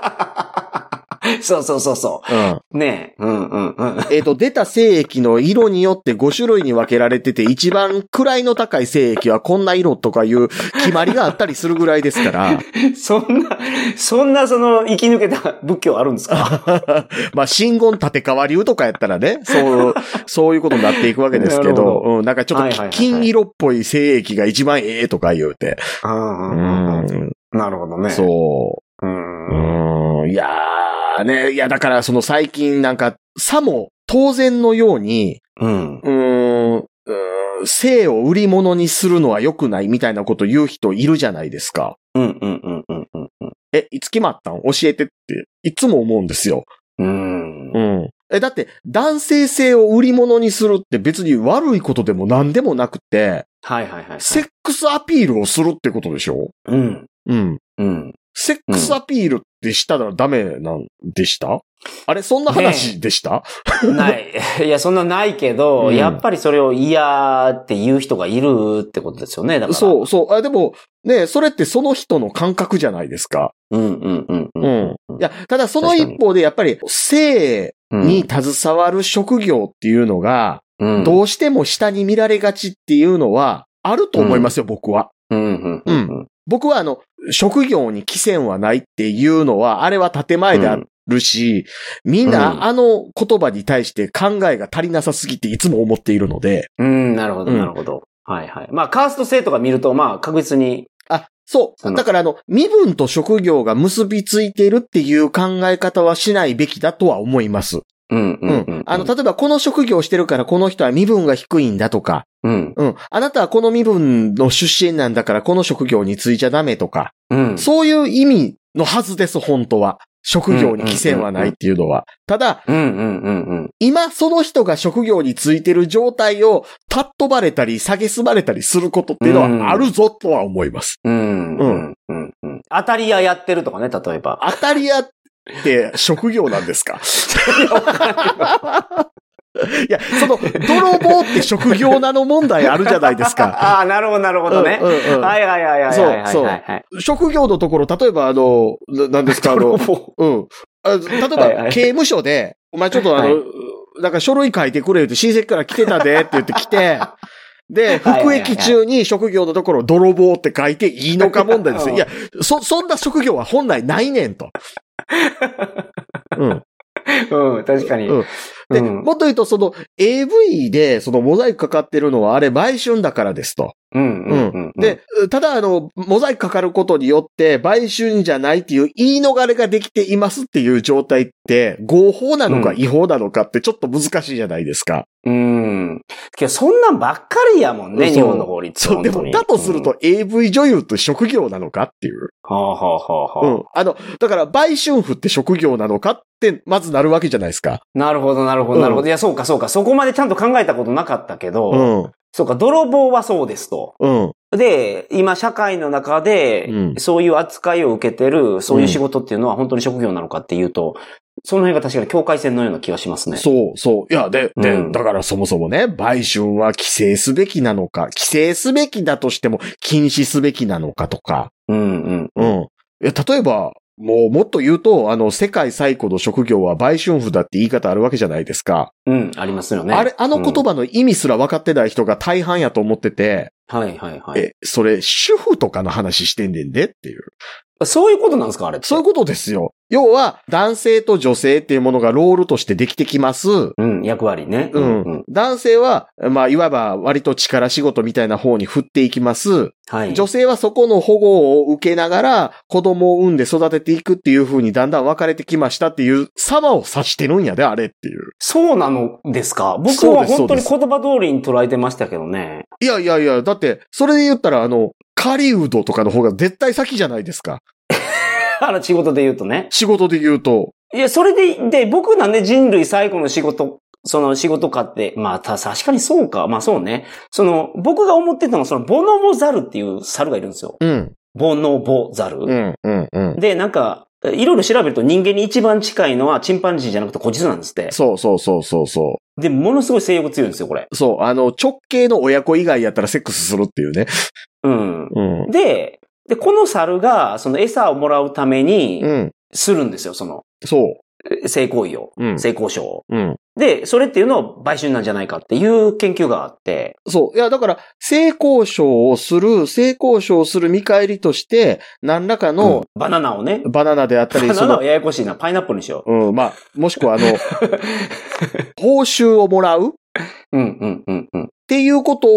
Speaker 2: そうそうそうそ
Speaker 1: うん。
Speaker 2: う。ねえ。うんうんうん。
Speaker 1: えっ、と、出た精液の色によって5種類に分けられてて、一番位の高い精液はこんな色とかいう決まりがあったりするぐらいですから、
Speaker 2: そん な、そんなその生き抜けた仏教あるんですか
Speaker 1: まあ、真言立川流とかやったらね、 そう、そういうことになっていくわけですけど、
Speaker 2: なるほ
Speaker 1: うん、なんかちょっ
Speaker 2: はい
Speaker 1: と
Speaker 2: はいはいはい
Speaker 1: 金色っぽい精液が一番ええとか言うて、
Speaker 2: うん
Speaker 1: う
Speaker 2: うんうん
Speaker 1: ん、
Speaker 2: なるほどね。。
Speaker 1: そうう。うんん、いやーね、いやだからその最近なんか、さも当然のように、
Speaker 2: うん。
Speaker 1: うーん、うーん性を売り物にするのは良くないみたいなこと言う人いるじゃないですか。
Speaker 2: うんうんうんうんうんうん。
Speaker 1: え、いつ決まったん教えてって、いつも思うんですよ。
Speaker 2: うん。
Speaker 1: うん。え、だって、男性性を売り物にするって別に悪いことでも何でもなくて、
Speaker 2: はいはいはい。
Speaker 1: セックスアピールをするってことでしょ
Speaker 2: うん。
Speaker 1: うん。
Speaker 2: うん。
Speaker 1: セックスアピールってしたらダメなんでした、あれ、そんな話でした、
Speaker 2: ない。 いや、そんなないけど、
Speaker 1: うん
Speaker 2: やっぱりそれを嫌って言う人がいるってことですよね。だから。
Speaker 1: そう、そう。あ、でも、ねそれってその人の感覚じゃないですか。
Speaker 2: う。うんうんうんうん。
Speaker 1: うん。いや、ただその
Speaker 2: 確かに
Speaker 1: 一方で、やっぱり、性
Speaker 2: うん
Speaker 1: に携わる職業っていうのが、
Speaker 2: うん、
Speaker 1: どうしても下に見られがちっていうのは、あると思いますよ、僕は。
Speaker 2: うんうんうんうん。
Speaker 1: 僕はあの、職業に規制はないっていうのは、あれは建前であるし、みん
Speaker 2: うん
Speaker 1: なあの言葉に対して考えが足りなさすぎていつも思っているので、
Speaker 2: うん、なるほど、
Speaker 1: うん
Speaker 2: なるほど。はいはい。まあ、カースト制とか見ると、まあ、確実に。
Speaker 1: あ、そ
Speaker 2: うん
Speaker 1: う。だからあの、身分と職業が結びついているっていう考え方はしないべきだとは思います。
Speaker 2: うん、
Speaker 1: うん。あの、、例えばこの職業してるからこの人は身分が低いんだとか、
Speaker 2: うん、
Speaker 1: うん。あなたはこの身分の出身なんだからこの職業に就いちゃダメとか、
Speaker 2: うん。
Speaker 1: そういう意味のはずです、本当は。職業に規制はないっていうのは。ただ、
Speaker 2: うん、うん、うん、うん。
Speaker 1: 今その人が職業についてる状態を、たっ飛ばれたり、下げすばれたりすることっていうのはあるぞとは思います。
Speaker 2: うん、うん、うん、うん。当たり屋やってるとかね、例えば。
Speaker 1: 当たり屋って職業なんですかいや、その、泥棒って職業なの問題あるじゃないですか。
Speaker 2: ああ、なるほど、なるほど ね。
Speaker 1: うんうんうん
Speaker 2: はいはいはいはいはいはいはいはい。
Speaker 1: そう職業のところ、例えばあの、ななんですか、あの、
Speaker 2: そう。
Speaker 1: うん。あ例え
Speaker 2: はいは
Speaker 1: ば、
Speaker 2: い
Speaker 1: 刑務所で、お前ちょっとあの、
Speaker 2: は
Speaker 1: なんか書類書いてくれって親戚から来てたでって言って来 て、で、
Speaker 2: はいはい
Speaker 1: 服
Speaker 2: はい
Speaker 1: 役中に職業のところ、泥棒って書いていいのか問題ですよ。いや、そ、そんな職業は本来ないねん と。うん。
Speaker 2: うん、確かに。
Speaker 1: うんで、もっと言うと、その AV で、そのモザイクかかってるのは、あれ、売春だからですと。
Speaker 2: うん、うん、うん。、
Speaker 1: で、ただ、あの、モザイクかかることによって、売春じゃないっていう言い逃れができていますっていう状態って、合法なのか
Speaker 2: うん
Speaker 1: 違法なのかってちょっと難しいじゃないですか。
Speaker 2: うん。けど、そんなんばっかりやもんね、
Speaker 1: そう
Speaker 2: 日本の法律は
Speaker 1: そう、でも、
Speaker 2: 本当
Speaker 1: だ
Speaker 2: に
Speaker 1: とする
Speaker 2: うん
Speaker 1: と AV 女優って職業なのかっていう。
Speaker 2: はあ、はあはあ
Speaker 1: う
Speaker 2: はあ
Speaker 1: ん。あの、だから、売春婦って職業なのかって、まずなるわけじゃないですか。
Speaker 2: なるほど、なるほど、なるほ
Speaker 1: う
Speaker 2: ど。いや、そうか、そうか。そこまでちゃんと考えたことなかったけど、
Speaker 1: うん。
Speaker 2: そうか、泥棒はそうですと。
Speaker 1: うん。
Speaker 2: で、今、社会の中で、
Speaker 1: うん
Speaker 2: そういう扱いを受けてる、そういう仕事っていうのは本当に職業なのかっていうと、その辺が確かに境界線のような気がしますね。
Speaker 1: そう、そう。いや、で、で、
Speaker 2: うん
Speaker 1: だからそもそもね、売春は規制すべきなのか、規制すべきだとしても禁止すべきなのかとか。
Speaker 2: うん、うん。
Speaker 1: うん。いや、例えば、もうもっと言うと、あの、世界最古の職業は売春婦だって言い方あるわけじゃないですか。
Speaker 2: うん、ありますよね。
Speaker 1: あれ、あの言葉の意味すら分かってない人が大半やと思ってて、
Speaker 2: うん、はい、はい、はい。
Speaker 1: え、それ、主婦とかの話してんねんでっていう。
Speaker 2: そういうことなんですかあれって。
Speaker 1: そういうことですよ。要は、男性と女性っていうものがロールとしてできてきます。
Speaker 2: うん、役割ね。
Speaker 1: うん。
Speaker 2: うん。
Speaker 1: 男性は、まあ、いわば割と力仕事みたいな方に振っていきます。
Speaker 2: はい。
Speaker 1: 女性はそこの保護を受けながら、子供を産んで育てていくっていう風にだんだん分かれてきましたっていう、様を指してるんやで、あれっていう。
Speaker 2: そうなのですか僕
Speaker 1: そう
Speaker 2: は
Speaker 1: です
Speaker 2: 本当に言葉通りに捉えてましたけどね。
Speaker 1: いやいやいや、だって、それで言ったら、あの、狩人とかの方が絶対先じゃないですか。
Speaker 2: あの仕事で言うとね。
Speaker 1: 仕事で言うと。
Speaker 2: いや、それで、で、僕なんで人類最古の仕事、その仕事かって、まあ、た、確かにそうか。まあそうね。その、僕が思ってたのは、その、ボノボザルっていう猿がいるんですよ。
Speaker 1: うん。
Speaker 2: ボノボザル。
Speaker 1: うん、うん、うん。
Speaker 2: で、なんか、いろいろ調べると人間に一番近いのはチンパンジーじゃなくてこっちなんですって。
Speaker 1: そうそうそうそうそ
Speaker 2: で、ものすごい性欲強いんですよ、これ。
Speaker 1: う。そう、あの、直系の親子以外やったらセックスするっていうね。
Speaker 2: うん。
Speaker 1: うん。
Speaker 2: で、で、この猿が、その餌をもらうために
Speaker 1: う、ん。
Speaker 2: するんですよ、その、
Speaker 1: そ
Speaker 2: 性行為を、
Speaker 1: う。うん。
Speaker 2: 性交渉を。
Speaker 1: うん。
Speaker 2: で、それっていうのは買収なんじゃないかっていう研究があって、
Speaker 1: そう。いや、だから、性交渉をする、性交渉をする見返りとして、何らか
Speaker 2: うん
Speaker 1: の
Speaker 2: バナナをね、
Speaker 1: バナナであった
Speaker 2: バ
Speaker 1: り、
Speaker 2: ナ
Speaker 1: そ
Speaker 2: ナ
Speaker 1: の
Speaker 2: は、ややこしいな、パイナップルにしよ
Speaker 1: うん、まあ、もしくは あの、報酬をもらうっ
Speaker 2: う。うん、うん、うん、うん。
Speaker 1: ていうこと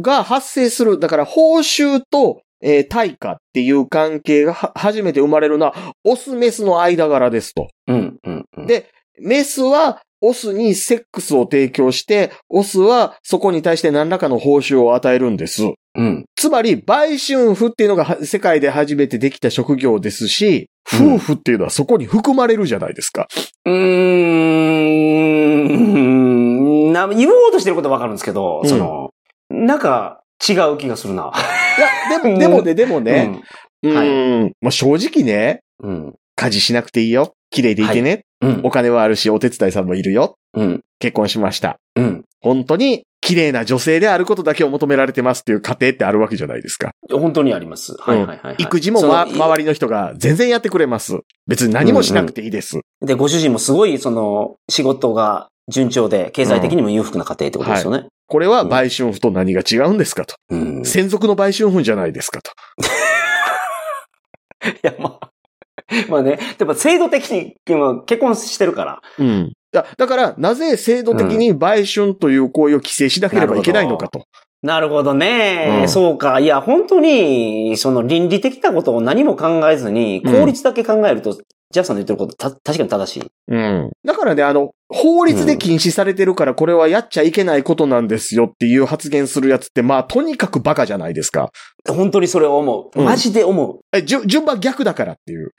Speaker 1: が発生する。だから、報酬と、えー対価っていう関係がは初めて生まれるのは、オス、メスの間柄ですと。
Speaker 2: うん、うん、うん。
Speaker 1: でメスは、オスにセックスを提供して、オスはそこに対して何らかの報酬を与えるんです。
Speaker 2: うん。
Speaker 1: つまり、売春婦っていうのがは世界で初めてできた職業ですし、
Speaker 2: うん
Speaker 1: 夫婦っていうのはそこに含まれるじゃないですか。
Speaker 2: うーん、な、言おうとしてることはわかるんですけど、
Speaker 1: うん
Speaker 2: その、なんか違う気がするな。
Speaker 1: いや、でも、でもね、でもね、う
Speaker 2: はい
Speaker 1: ん、まあ正直ね、
Speaker 2: うん。うん。
Speaker 1: 家事しなくていいよ。綺麗でいてね。
Speaker 2: うん
Speaker 1: お。金はあるし、お手伝いさんもいるよ。
Speaker 2: うん。
Speaker 1: 結婚しました。
Speaker 2: うん。
Speaker 1: 本当に、綺麗な女性であることだけを求められてますっていう家庭ってあるわけじゃないですか。
Speaker 2: 本当にあります。はいはいはい、はい
Speaker 1: 育児も、ま、
Speaker 2: その
Speaker 1: 周りの人が全然やってくれます。別に何もしなくていいです。
Speaker 2: で、ご主人もすごい、その、仕事が順調で、経済的にも裕福な家庭ってことですよね。
Speaker 1: これは売春婦と何が違うんですかと。
Speaker 2: うん。い
Speaker 1: 専属の売春婦じゃないですかと。
Speaker 2: や、まあ。 まあね。でも、制度的に、今、結婚してるから。
Speaker 1: うん。だだから、なぜ制度的に売春という行為を規制しなければいけないのかと。
Speaker 2: なるほどね。
Speaker 1: うん
Speaker 2: そうか。いや、本当に、その倫理的なことを何も考えずに、
Speaker 1: うん
Speaker 2: 効率だけ考えると、ジャスさんの言ってること、た、確かに正しい。
Speaker 1: うん。だからね、あの、法律で禁止されてるからこれはやっちゃいけないことなんですよっていう発言するやつって、まあ、とにかくバカじゃないですか。
Speaker 2: 本当にそれを思う。
Speaker 1: うん
Speaker 2: マジで思う。
Speaker 1: え、じゅ順番逆だからって いう。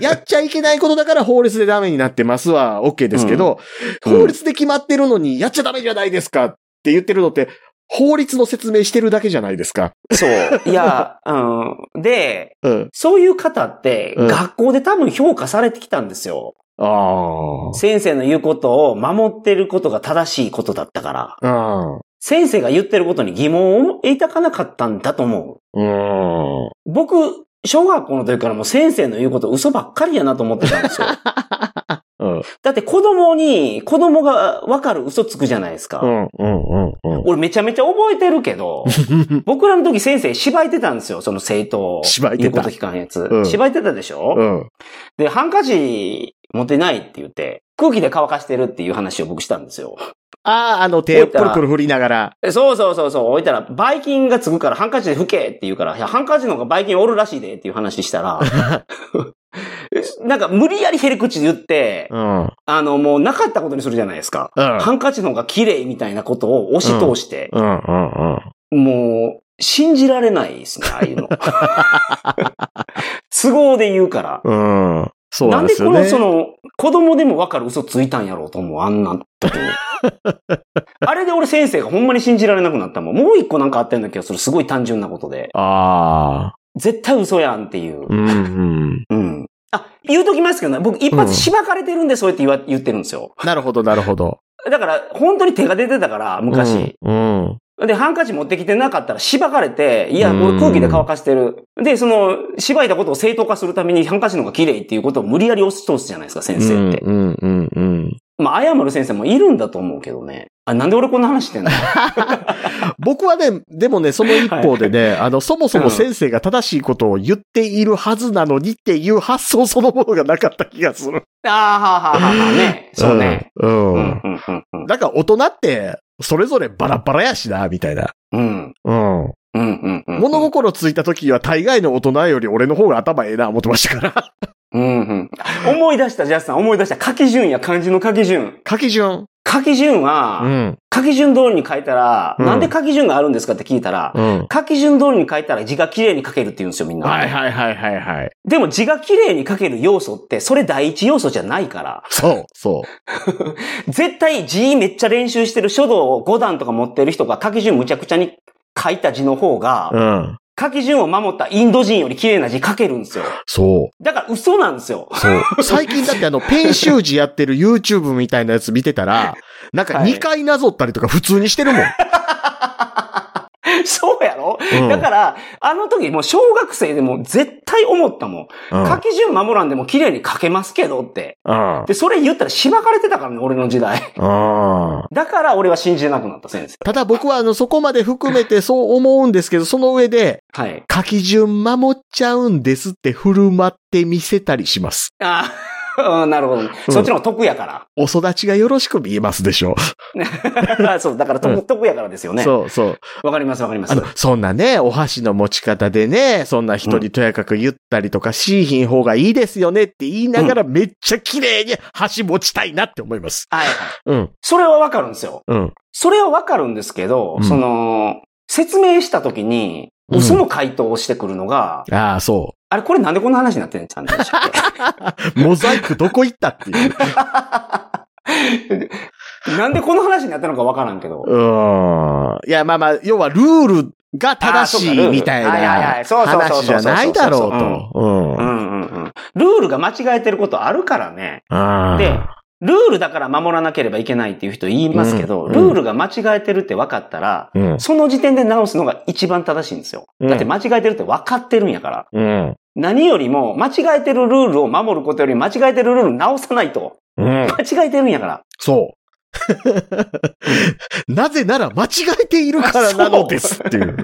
Speaker 1: やっちゃいけないことだから法律でダメになってますは OK ですけど、
Speaker 2: うん
Speaker 1: 法律で決まってるのにやっちゃダメじゃないですかって言ってるのって、法律の説明してるだけじゃないですか。
Speaker 2: そう。 いや、うん。で、
Speaker 1: うん。
Speaker 2: そういう方って、
Speaker 1: うん
Speaker 2: 学校で多分評価されてきたんですよ。
Speaker 1: あ
Speaker 2: 先生の言うことを守ってることが正しいことだったから、
Speaker 1: あ。うん。
Speaker 2: 先生が言ってることに疑問を抱かなかったんだと思う。
Speaker 1: うん。
Speaker 2: 僕、小学校の時からもう先生の言うこと嘘ばっかりやなと思ってたん ですよ。
Speaker 1: うん。
Speaker 2: だって子供に、子供がわかる嘘つくじゃないですか。
Speaker 1: うん。うん。うん。
Speaker 2: 俺めちゃめちゃ覚えてるけ ど、僕らの時先生縛いてたんですよ、その生徒を。
Speaker 1: 縛いてた
Speaker 2: 言うこと聞かんやつ。
Speaker 1: うん
Speaker 2: 縛いてたでしょ、
Speaker 1: うん。
Speaker 2: で、ハンカチ持ってないって言って、空気で乾かしてるっていう話を僕したんですよ。
Speaker 1: ああ、あの、手をくるくる振りながら。
Speaker 2: えそうそうそうそう、置いたら、バイキンがつくからハンカチで拭けって言うから、いや、ハンカチの方がバイキンおるらしいでっていう話したら、 なんか無理やりヘリ口で言って、
Speaker 1: うん。うん。
Speaker 2: あの、もうなかったことにするじゃないですか。ハンカチの方が綺麗みたいなことを押し通して、
Speaker 1: うん。うん。
Speaker 2: もう、信じられないですね、ああいうの。 都合で言うから。
Speaker 1: うん。うん。そう
Speaker 2: な
Speaker 1: なん
Speaker 2: ん
Speaker 1: で
Speaker 2: ですこ
Speaker 1: よね。
Speaker 2: の、その、子供でもわかる嘘ついたんやろうと思う、あんな 時に。あれで俺先生がほんまに信じられなくなったもん。もう一個なんかあったような気がする。すごい単純なことで。
Speaker 1: ああ。
Speaker 2: 絶対嘘やんっていう
Speaker 1: う。ん。うん。
Speaker 2: うん。あ、言うときますけどね、僕一
Speaker 1: う
Speaker 2: 発
Speaker 1: ん
Speaker 2: しばかれてるんで、そうやって言わ言ってるんですよ。
Speaker 1: なるほど、なるほど。
Speaker 2: だから、本当に手が出てたから、昔。
Speaker 1: うん。うん。
Speaker 2: で、ハンカチ持ってきてなかったら、しばかれて、いや、
Speaker 1: うん
Speaker 2: 俺空気で乾かしてる。で、その、しばいたことを正当化するために、ハンカチの方が綺麗っていうことを無理やり押し通すじゃないですか、先生って。
Speaker 1: うん。うん。うん。
Speaker 2: まあ、謝る先生もいるんだと思うけどね。あ、なんで俺こんな話してんの
Speaker 1: 僕はね、でもね、その一方でね、あの、そもそも先生が正しいことを言っているはずなのにっていう発想そのものがなかった気がする。
Speaker 2: ああ、はあはあはあ、ね。そうね。
Speaker 1: うん。
Speaker 2: う
Speaker 1: うんん。、
Speaker 2: うん、うんうん。
Speaker 1: なんか大人って、それぞれバラバラやしな、みたいな。
Speaker 2: うん、
Speaker 1: うん。
Speaker 2: うん、うんうん。
Speaker 1: 物心ついた時は大概の大人より俺の方が頭ええな思ってましたから。
Speaker 2: うん、うん。思い出した、ジャスさん、思い出した。書き順や、漢字の書き順。
Speaker 1: 書き順。
Speaker 2: 書き順は、
Speaker 1: ん。
Speaker 2: 書き順通りに書いたら、
Speaker 1: うん
Speaker 2: なんで書き順があるんですかって聞いたら、
Speaker 1: うん。
Speaker 2: 書き順通りに書いたら字が綺麗に書けるって言うんですよ、みんな。
Speaker 1: はいはいはいはいはい。
Speaker 2: でも字が綺麗に書ける要素って、それ第一要素じゃないから、
Speaker 1: そう、そう。
Speaker 2: 絶対字めっちゃ練習してる書道を5段とか持ってる人が書き順むちゃくちゃに書いた字の方が、
Speaker 1: うん。
Speaker 2: 書き順を守ったインド人より綺麗な字書けるんですよ。
Speaker 1: そ
Speaker 2: だから嘘なんです よ
Speaker 1: う。。そう。最近だってあの、ペン習字やってる YouTube みたいなやつ見てたら、なんか
Speaker 2: はい
Speaker 1: 2回なぞったりとか普通にしてるもん。
Speaker 2: そうやろ、
Speaker 1: うん
Speaker 2: だから、あの時もう小学生でも絶対思ったもん。
Speaker 1: うん
Speaker 2: 書き順守らんでも綺麗に書けますけどって。
Speaker 1: うん。
Speaker 2: で、それ言ったらしばかれてたからね、俺の時代。
Speaker 1: うん。
Speaker 2: だから俺は信じなくなった先生。
Speaker 1: ただ僕はあの、そこまで含めてそう思うんですけど、その上で、
Speaker 2: はい。
Speaker 1: 書き順守っちゃうんですって振る舞って見せたりします。
Speaker 2: ああ、 うんなるほど、そっちの方が得やか
Speaker 1: お育ちがよろしく見えますでしょ
Speaker 2: ら。 そう、だから得,、
Speaker 1: うん
Speaker 2: 得やからですよ
Speaker 1: う。
Speaker 2: ね。
Speaker 1: そうそう。
Speaker 2: わかりますわかります
Speaker 1: あ。の、そんなね、お箸の持ち方でね、そんな人にとやかく言ったりとか、しいひん方がいいですよねって言いながら、めっちゃ綺麗に箸持ちたいなって思います。
Speaker 2: はい。
Speaker 1: うん、
Speaker 2: それはわかるんですよ。
Speaker 1: うん。
Speaker 2: それはわかるんですけど、
Speaker 1: うん
Speaker 2: その、説明した時
Speaker 1: う
Speaker 2: に、
Speaker 1: ん
Speaker 2: 嘘の回答をしてくるのが、
Speaker 1: ああ、そ
Speaker 2: あれこれなんでこんな話になってんのちゃんとでしたっ
Speaker 1: う。モザイクどこ行ったっていう。
Speaker 2: けなんでこの話になったのかわからんけ ど。
Speaker 1: うーん。いや、まあまあ、要はルールが正しいみたい
Speaker 2: あーそうかルールはい
Speaker 1: ない
Speaker 2: はいはそうそうそうそう
Speaker 1: 話じゃないだろうと。うん
Speaker 2: う。んうんうん。ルールが間違えてることあるからね。
Speaker 1: あー
Speaker 2: で、ルールだから守らなければいけないっていう人言いますけど、
Speaker 1: うん
Speaker 2: ルールが間違えてるって分かったら、
Speaker 1: うん。
Speaker 2: その時点で直すのが一番正しいんですよ。
Speaker 1: うん
Speaker 2: だって間違えてるって分かってるんやから。
Speaker 1: うん。
Speaker 2: 何よりも、間違えてるルールを守ることより間違えてるルールを直さないと。
Speaker 1: うん。
Speaker 2: 間違えてるんやから。
Speaker 1: そう。 なぜなら間違えているからなのですっていう。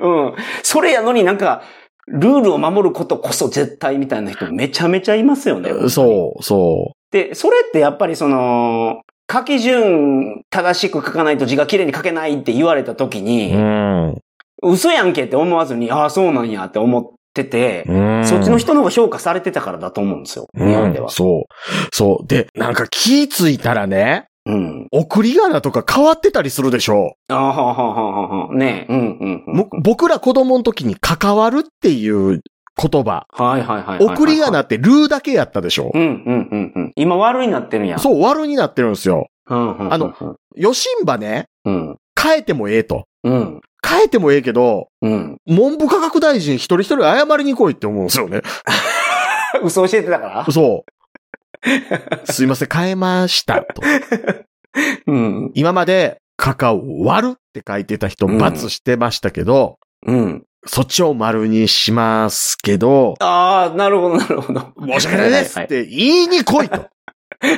Speaker 2: うん。それやのになんか、ルールを守ることこそ絶対みたいな人めちゃめちゃいますよね。
Speaker 1: そう、そう。
Speaker 2: で、それってやっぱりその、書き順正しく書かないと字が綺麗に書けないって言われた時
Speaker 1: う
Speaker 2: に、
Speaker 1: ん。
Speaker 2: 嘘やんけって思わずに、ああ、そうなんやって思ってて、
Speaker 1: うん
Speaker 2: そっちの人の方が評価されてたからだと思うんですよ。日
Speaker 1: う
Speaker 2: 本
Speaker 1: ん
Speaker 2: では。
Speaker 1: そう。そう。で、なんか気ぃついたらね、
Speaker 2: うん。
Speaker 1: 送り仮名とか変わってたりするでしょ
Speaker 2: ああ、はあはあはあはあ。ねえ。うんうんうん。
Speaker 1: も僕ら子供の時に関わるっていう言葉。
Speaker 2: はいはいはいはいはい。
Speaker 1: 送り仮名ってルーだけやったでしょ
Speaker 2: うんうんうんうん。今悪いなってるんや。
Speaker 1: そう、悪になってるんですよ。
Speaker 2: うんうんうんうん。
Speaker 1: あの、余震場ね、
Speaker 2: うん。
Speaker 1: 変えてもええと。
Speaker 2: うん。
Speaker 1: 変えてもええけど、
Speaker 2: うん。
Speaker 1: 文部科学大臣一人一人謝りに来いって思うんですよね。
Speaker 2: 嘘教えてたから
Speaker 1: そう。すいません、変えましたと。
Speaker 2: うん。
Speaker 1: 今まで、カカオ割るって書いてた人、
Speaker 2: うん
Speaker 1: 罰してましたけど、
Speaker 2: うん。
Speaker 1: そっちを丸にしますけど、
Speaker 2: ああ、なるほどなるほど。
Speaker 1: 申し訳ないですって言いに来いと。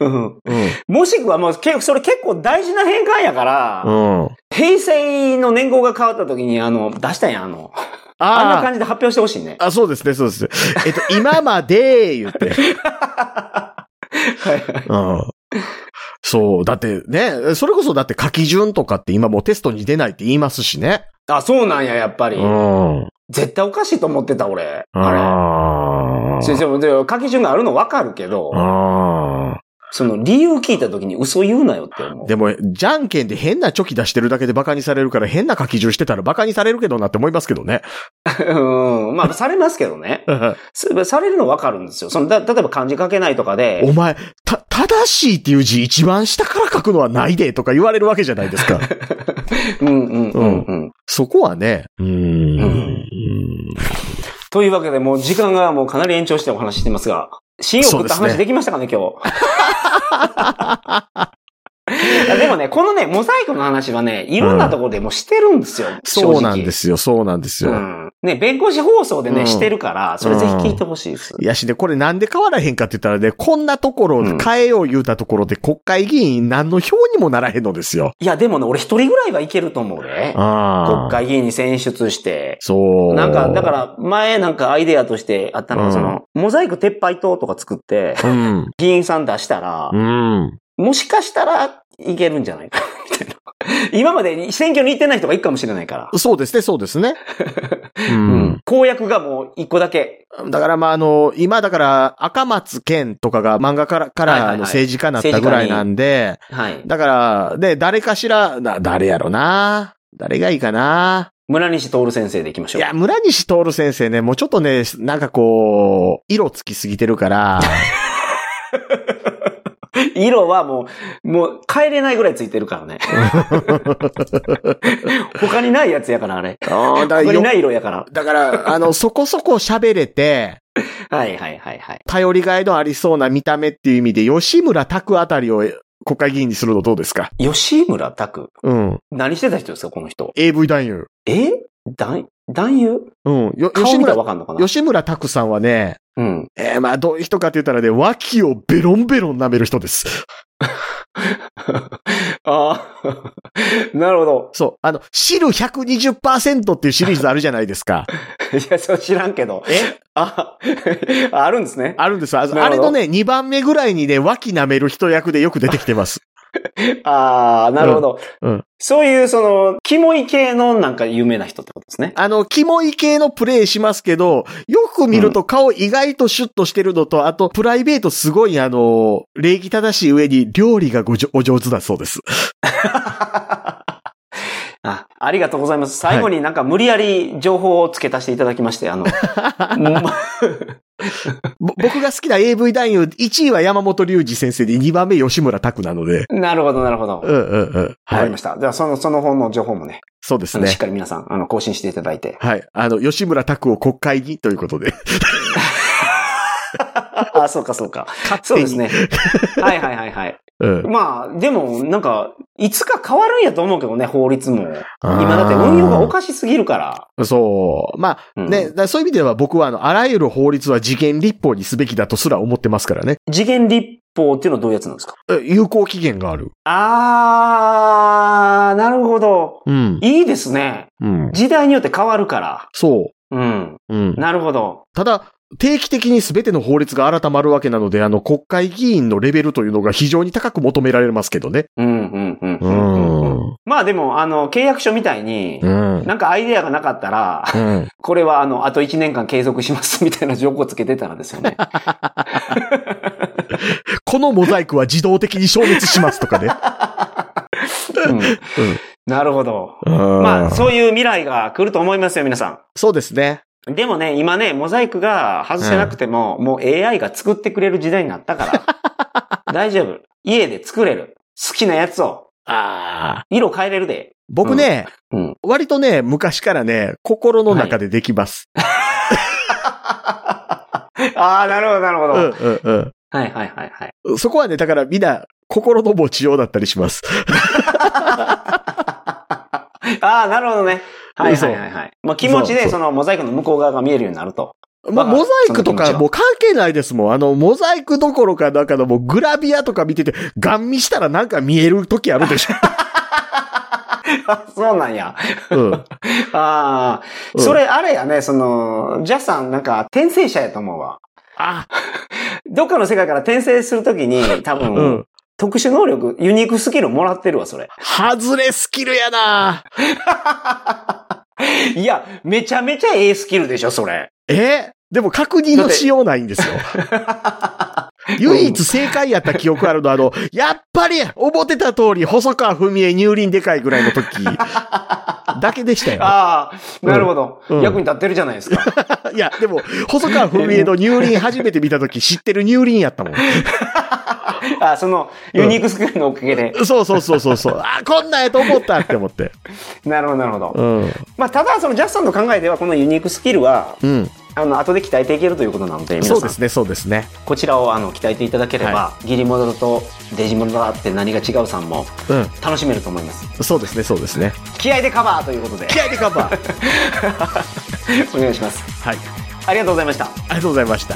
Speaker 2: うん
Speaker 1: うん。
Speaker 2: もしくはもう、けそれ結構大事な変換やから、
Speaker 1: うん。
Speaker 2: 平成の年号が変わった時に、あの、出したんや、あの、あんな
Speaker 1: ああ
Speaker 2: 感じで発表してほしいね。
Speaker 1: あ、そうですね、そうですね。えっと、今まで、言 って。
Speaker 2: はいはい
Speaker 1: うん。そう、だってね、それこそだって書き順とかって今もうテストに出ないって言いますしね。
Speaker 2: あ、そうなんや、やっぱり
Speaker 1: う。ん。
Speaker 2: 絶対おかしいと思ってた、俺。あ
Speaker 1: あ
Speaker 2: れ。先生も、で書き順があるのわかるけど、
Speaker 1: あ
Speaker 2: その理由聞いた時に嘘言うなよって思う。
Speaker 1: でも、じゃんけんで変なチョキ出してるだけでバカにされるから変な書き順してたらバカにされるけどなって思いますけどね。
Speaker 2: うん。まあ、されますけどね。すされるのわかるんですよ。その、だ例えば漢字書けないとかで
Speaker 1: お、前、た、正しいっていう字一番下から書くのはないでとか言われるわけじゃない ですか。
Speaker 2: うんうんうんうん。
Speaker 1: そこはね、うーん。
Speaker 2: うんというわけで、もう時間がもうかなり延長してお話ししてますが、芯を食った
Speaker 1: そうです
Speaker 2: 話
Speaker 1: ね
Speaker 2: できましたかね、今 日。でもね、このね、モザイクの話はね、いろんなところでもうしてるんですよ。。
Speaker 1: そうなんですすよ、そうなんです
Speaker 2: う
Speaker 1: よ。
Speaker 2: ん。ね、弁護士放送でね、
Speaker 1: うん
Speaker 2: してるから、それぜひ聞いてほしいです。
Speaker 1: いやしね、これなんで変わらへんかって言ったらね、こんなとこ
Speaker 2: う
Speaker 1: ろ
Speaker 2: ん
Speaker 1: 変えよう言うたところで国会議員何の票にもならへんのですよ。
Speaker 2: いや、でもね、俺一人ぐらいはいけると思うね。
Speaker 1: ああ。
Speaker 2: 国会議員に選出して。
Speaker 1: そう。
Speaker 2: なんか、だから、前なんかアイデアとしてあったのが、
Speaker 1: うん
Speaker 2: その、モザイク撤廃塔とか 作って、
Speaker 1: ら、うん。
Speaker 2: 議員さん出したら、
Speaker 1: うん。
Speaker 2: もしかしたらいけるんじゃないか、 みたいな。今まで選挙に行ってない人がいるかもしれないから。
Speaker 1: そうですね、そうです ね。う。。
Speaker 2: うん公約がもう一個だけ、
Speaker 1: だからまああの、今だから赤松健とかが漫画から、か
Speaker 2: はいはい
Speaker 1: ら
Speaker 2: はい
Speaker 1: あの政治家になったぐらいなんで、
Speaker 2: はい。
Speaker 1: だから、で、誰かしら、な誰やろな。誰がいいかな。
Speaker 2: 村西徹先生で行きまし
Speaker 1: い
Speaker 2: ょう。
Speaker 1: や、村西徹先生ね、もうちょっとね、なんかこう、色つきすぎてる から、
Speaker 2: 色はもう、もう帰れないぐらいついてるか らね。他にないやつやから、あれ。
Speaker 1: あーだから
Speaker 2: 他に
Speaker 1: よ
Speaker 2: ない色やから。
Speaker 1: だから、あの、そこそこ喋れて、
Speaker 2: はいはいはいはい。
Speaker 1: 頼りがいのありそうな見た目っていう意味で、吉村拓あたりを国会議員にするのどうですか
Speaker 2: 吉村拓。
Speaker 1: うん。
Speaker 2: 何してた人ですか、この人。
Speaker 1: AV 男優。
Speaker 2: え男、男優
Speaker 1: うん。よ
Speaker 2: 顔
Speaker 1: 吉
Speaker 2: 見たら
Speaker 1: 村、
Speaker 2: わかんのかな
Speaker 1: 吉村拓さんはね、
Speaker 2: うん。
Speaker 1: えーまあ、どういう人かって言ったらね、脇をベロンベロン舐める人です。
Speaker 2: ああ、なるほど。
Speaker 1: そう。あの、汁120%っていうシリーズあるじゃないですか。
Speaker 2: いや、そう知らんけど。
Speaker 1: え
Speaker 2: あ、あるんですね。
Speaker 1: あるんですあ
Speaker 2: るほど
Speaker 1: あれのね、2番目ぐらいにね、脇舐める人役でよく出てきてます。
Speaker 2: ああ、なるほど、
Speaker 1: うんうん
Speaker 2: そういう、その、キモい系のなんか有名な人ってことですね。
Speaker 1: あの、キモい系のプレイしますけど、よく見ると顔意外とシュッとしてるのと、あと、プライベートすごいあの、礼儀正しい上に料理がごじょお上手だそうです。
Speaker 2: あありがとうございます。最後になんか無理やり情報を付け足していただきまして、あ の、
Speaker 1: ぼ僕が好きな AV 男優、1位は山本隆二先生で2番目吉村拓なので。
Speaker 2: なるほど、なるほど。
Speaker 1: うんうんうん。
Speaker 2: わ
Speaker 1: は
Speaker 2: かり
Speaker 1: い
Speaker 2: ま。した。では、その、その方の情報もね、
Speaker 1: そうで
Speaker 2: あ
Speaker 1: す
Speaker 2: の
Speaker 1: ね
Speaker 2: しっ。かり皆さん、あの、更新していただ いて。
Speaker 1: はい。あの、吉村拓を国会にということで。
Speaker 2: あ、そうか、そうか。そうですね。はいはいはいはい。
Speaker 1: うん。
Speaker 2: まあ、でも、なんか、いつか変わるんやと思うけどね、法律も。
Speaker 1: あー
Speaker 2: 今だって運用がおかしすぎるから。
Speaker 1: そう。まあ、
Speaker 2: うん
Speaker 1: ね、だからそういう意味では僕はあの、あらゆる法律は次元立法にすべきだとすら思ってますからね。
Speaker 2: 次元立法っていうのはどういうやつなんですか
Speaker 1: え有効期限がある。
Speaker 2: あー、なるほど。
Speaker 1: うん。
Speaker 2: いいですね。
Speaker 1: うん。
Speaker 2: 時代によって変わるから。
Speaker 1: そ
Speaker 2: うん。
Speaker 1: う。うん。
Speaker 2: なるほど。
Speaker 1: ただ、定期的に全ての法律が改まるわけなので、あの、国会議員のレベルというのが非常に高く求められますけどね。
Speaker 2: うん、うん、うんうん。うん。まあでも、あの、契約書みたいに、
Speaker 1: うん。
Speaker 2: なんかアイデアがなかったら、
Speaker 1: うん。
Speaker 2: これはあの、あと1年間継続しますみたいな情報をつけてたらですよね。
Speaker 1: このモザイクは自動的に消滅しますとか ね。
Speaker 2: うんなるほど。ま
Speaker 1: ま
Speaker 2: あ、そういう未来が来ると思いますよ、皆さ
Speaker 1: そうですね。
Speaker 2: ん。でもね、今ね、モザイクが外せなくても、もう AI が作ってくれる時代になった から、大丈夫。家で作れる。好きなやつを、
Speaker 1: ああ。
Speaker 2: 色変えれる で。
Speaker 1: 僕ね、
Speaker 2: うん。
Speaker 1: 割とね、昔からね、心の中でできます。
Speaker 2: ああ、なるほど、なるほど。
Speaker 1: うんうんうん。
Speaker 2: はいはいはいはい。
Speaker 1: そこはね、だからみんな、心の持ちようだったりします。
Speaker 2: ああ、なるほどね。はいはいはいはい。まあ気持ち
Speaker 1: そ
Speaker 2: で
Speaker 1: う
Speaker 2: そのモザイクの向こう側が見えるようになると。
Speaker 1: まあ、
Speaker 2: まあ
Speaker 1: モザイクと
Speaker 2: その気持ち
Speaker 1: か
Speaker 2: は
Speaker 1: もう関係ないですもん。あの、モザイクどころか、なんかのもうグラビアとか見てて、ガン見したらなんか見える時あるでしょ。
Speaker 2: あ そうなんや。
Speaker 1: うん。
Speaker 2: ああ、
Speaker 1: うん
Speaker 2: それあれやね、その、ジャスさんなんか転生者やと思うわ。
Speaker 1: あ、
Speaker 2: どっかの世界から転生すると きに、多分、
Speaker 1: うん。
Speaker 2: 特殊能力、ユニークスキルもらってるわ、それ。
Speaker 1: ハズレスキルやない
Speaker 2: や、めちゃめちゃええスキルでしょ、それ。
Speaker 1: えでも確認のしようないんですよ。唯一正解やった記憶あるのは、あ の、やっぱり、思ってた通り、細川文江入輪でかいぐらいの時、だけでしたよ。
Speaker 2: ああ、なるほど、
Speaker 1: うんうん
Speaker 2: 役に立ってるじゃないで すか。
Speaker 1: いや、でも、細川文江の入輪初めて見た時、知ってる入輪やったもん。
Speaker 2: あその、ユニークスキルのおかげで。
Speaker 1: そうそうそうそう そう。あ、こんなんやと思ったって思って。
Speaker 2: なるほど、なるほど。
Speaker 1: うん。
Speaker 2: まあ、ただ、そのジャスさんの考えでは、このユニークスキルは、
Speaker 1: うん。
Speaker 2: あの、後で鍛えていけるということなので、皆さん
Speaker 1: そうですね、そうですね。
Speaker 2: こちらをあの鍛えていただければ、
Speaker 1: は
Speaker 2: ギリモノとデジモノだって何が違うさんも
Speaker 1: う
Speaker 2: 楽しめると思います。
Speaker 1: ん。そうですね、そうですね。
Speaker 2: 気合でカバーということで、
Speaker 1: 気合でカバー
Speaker 2: お願いします。
Speaker 1: はい。
Speaker 2: ありがとうございました。
Speaker 1: ありがとうございました。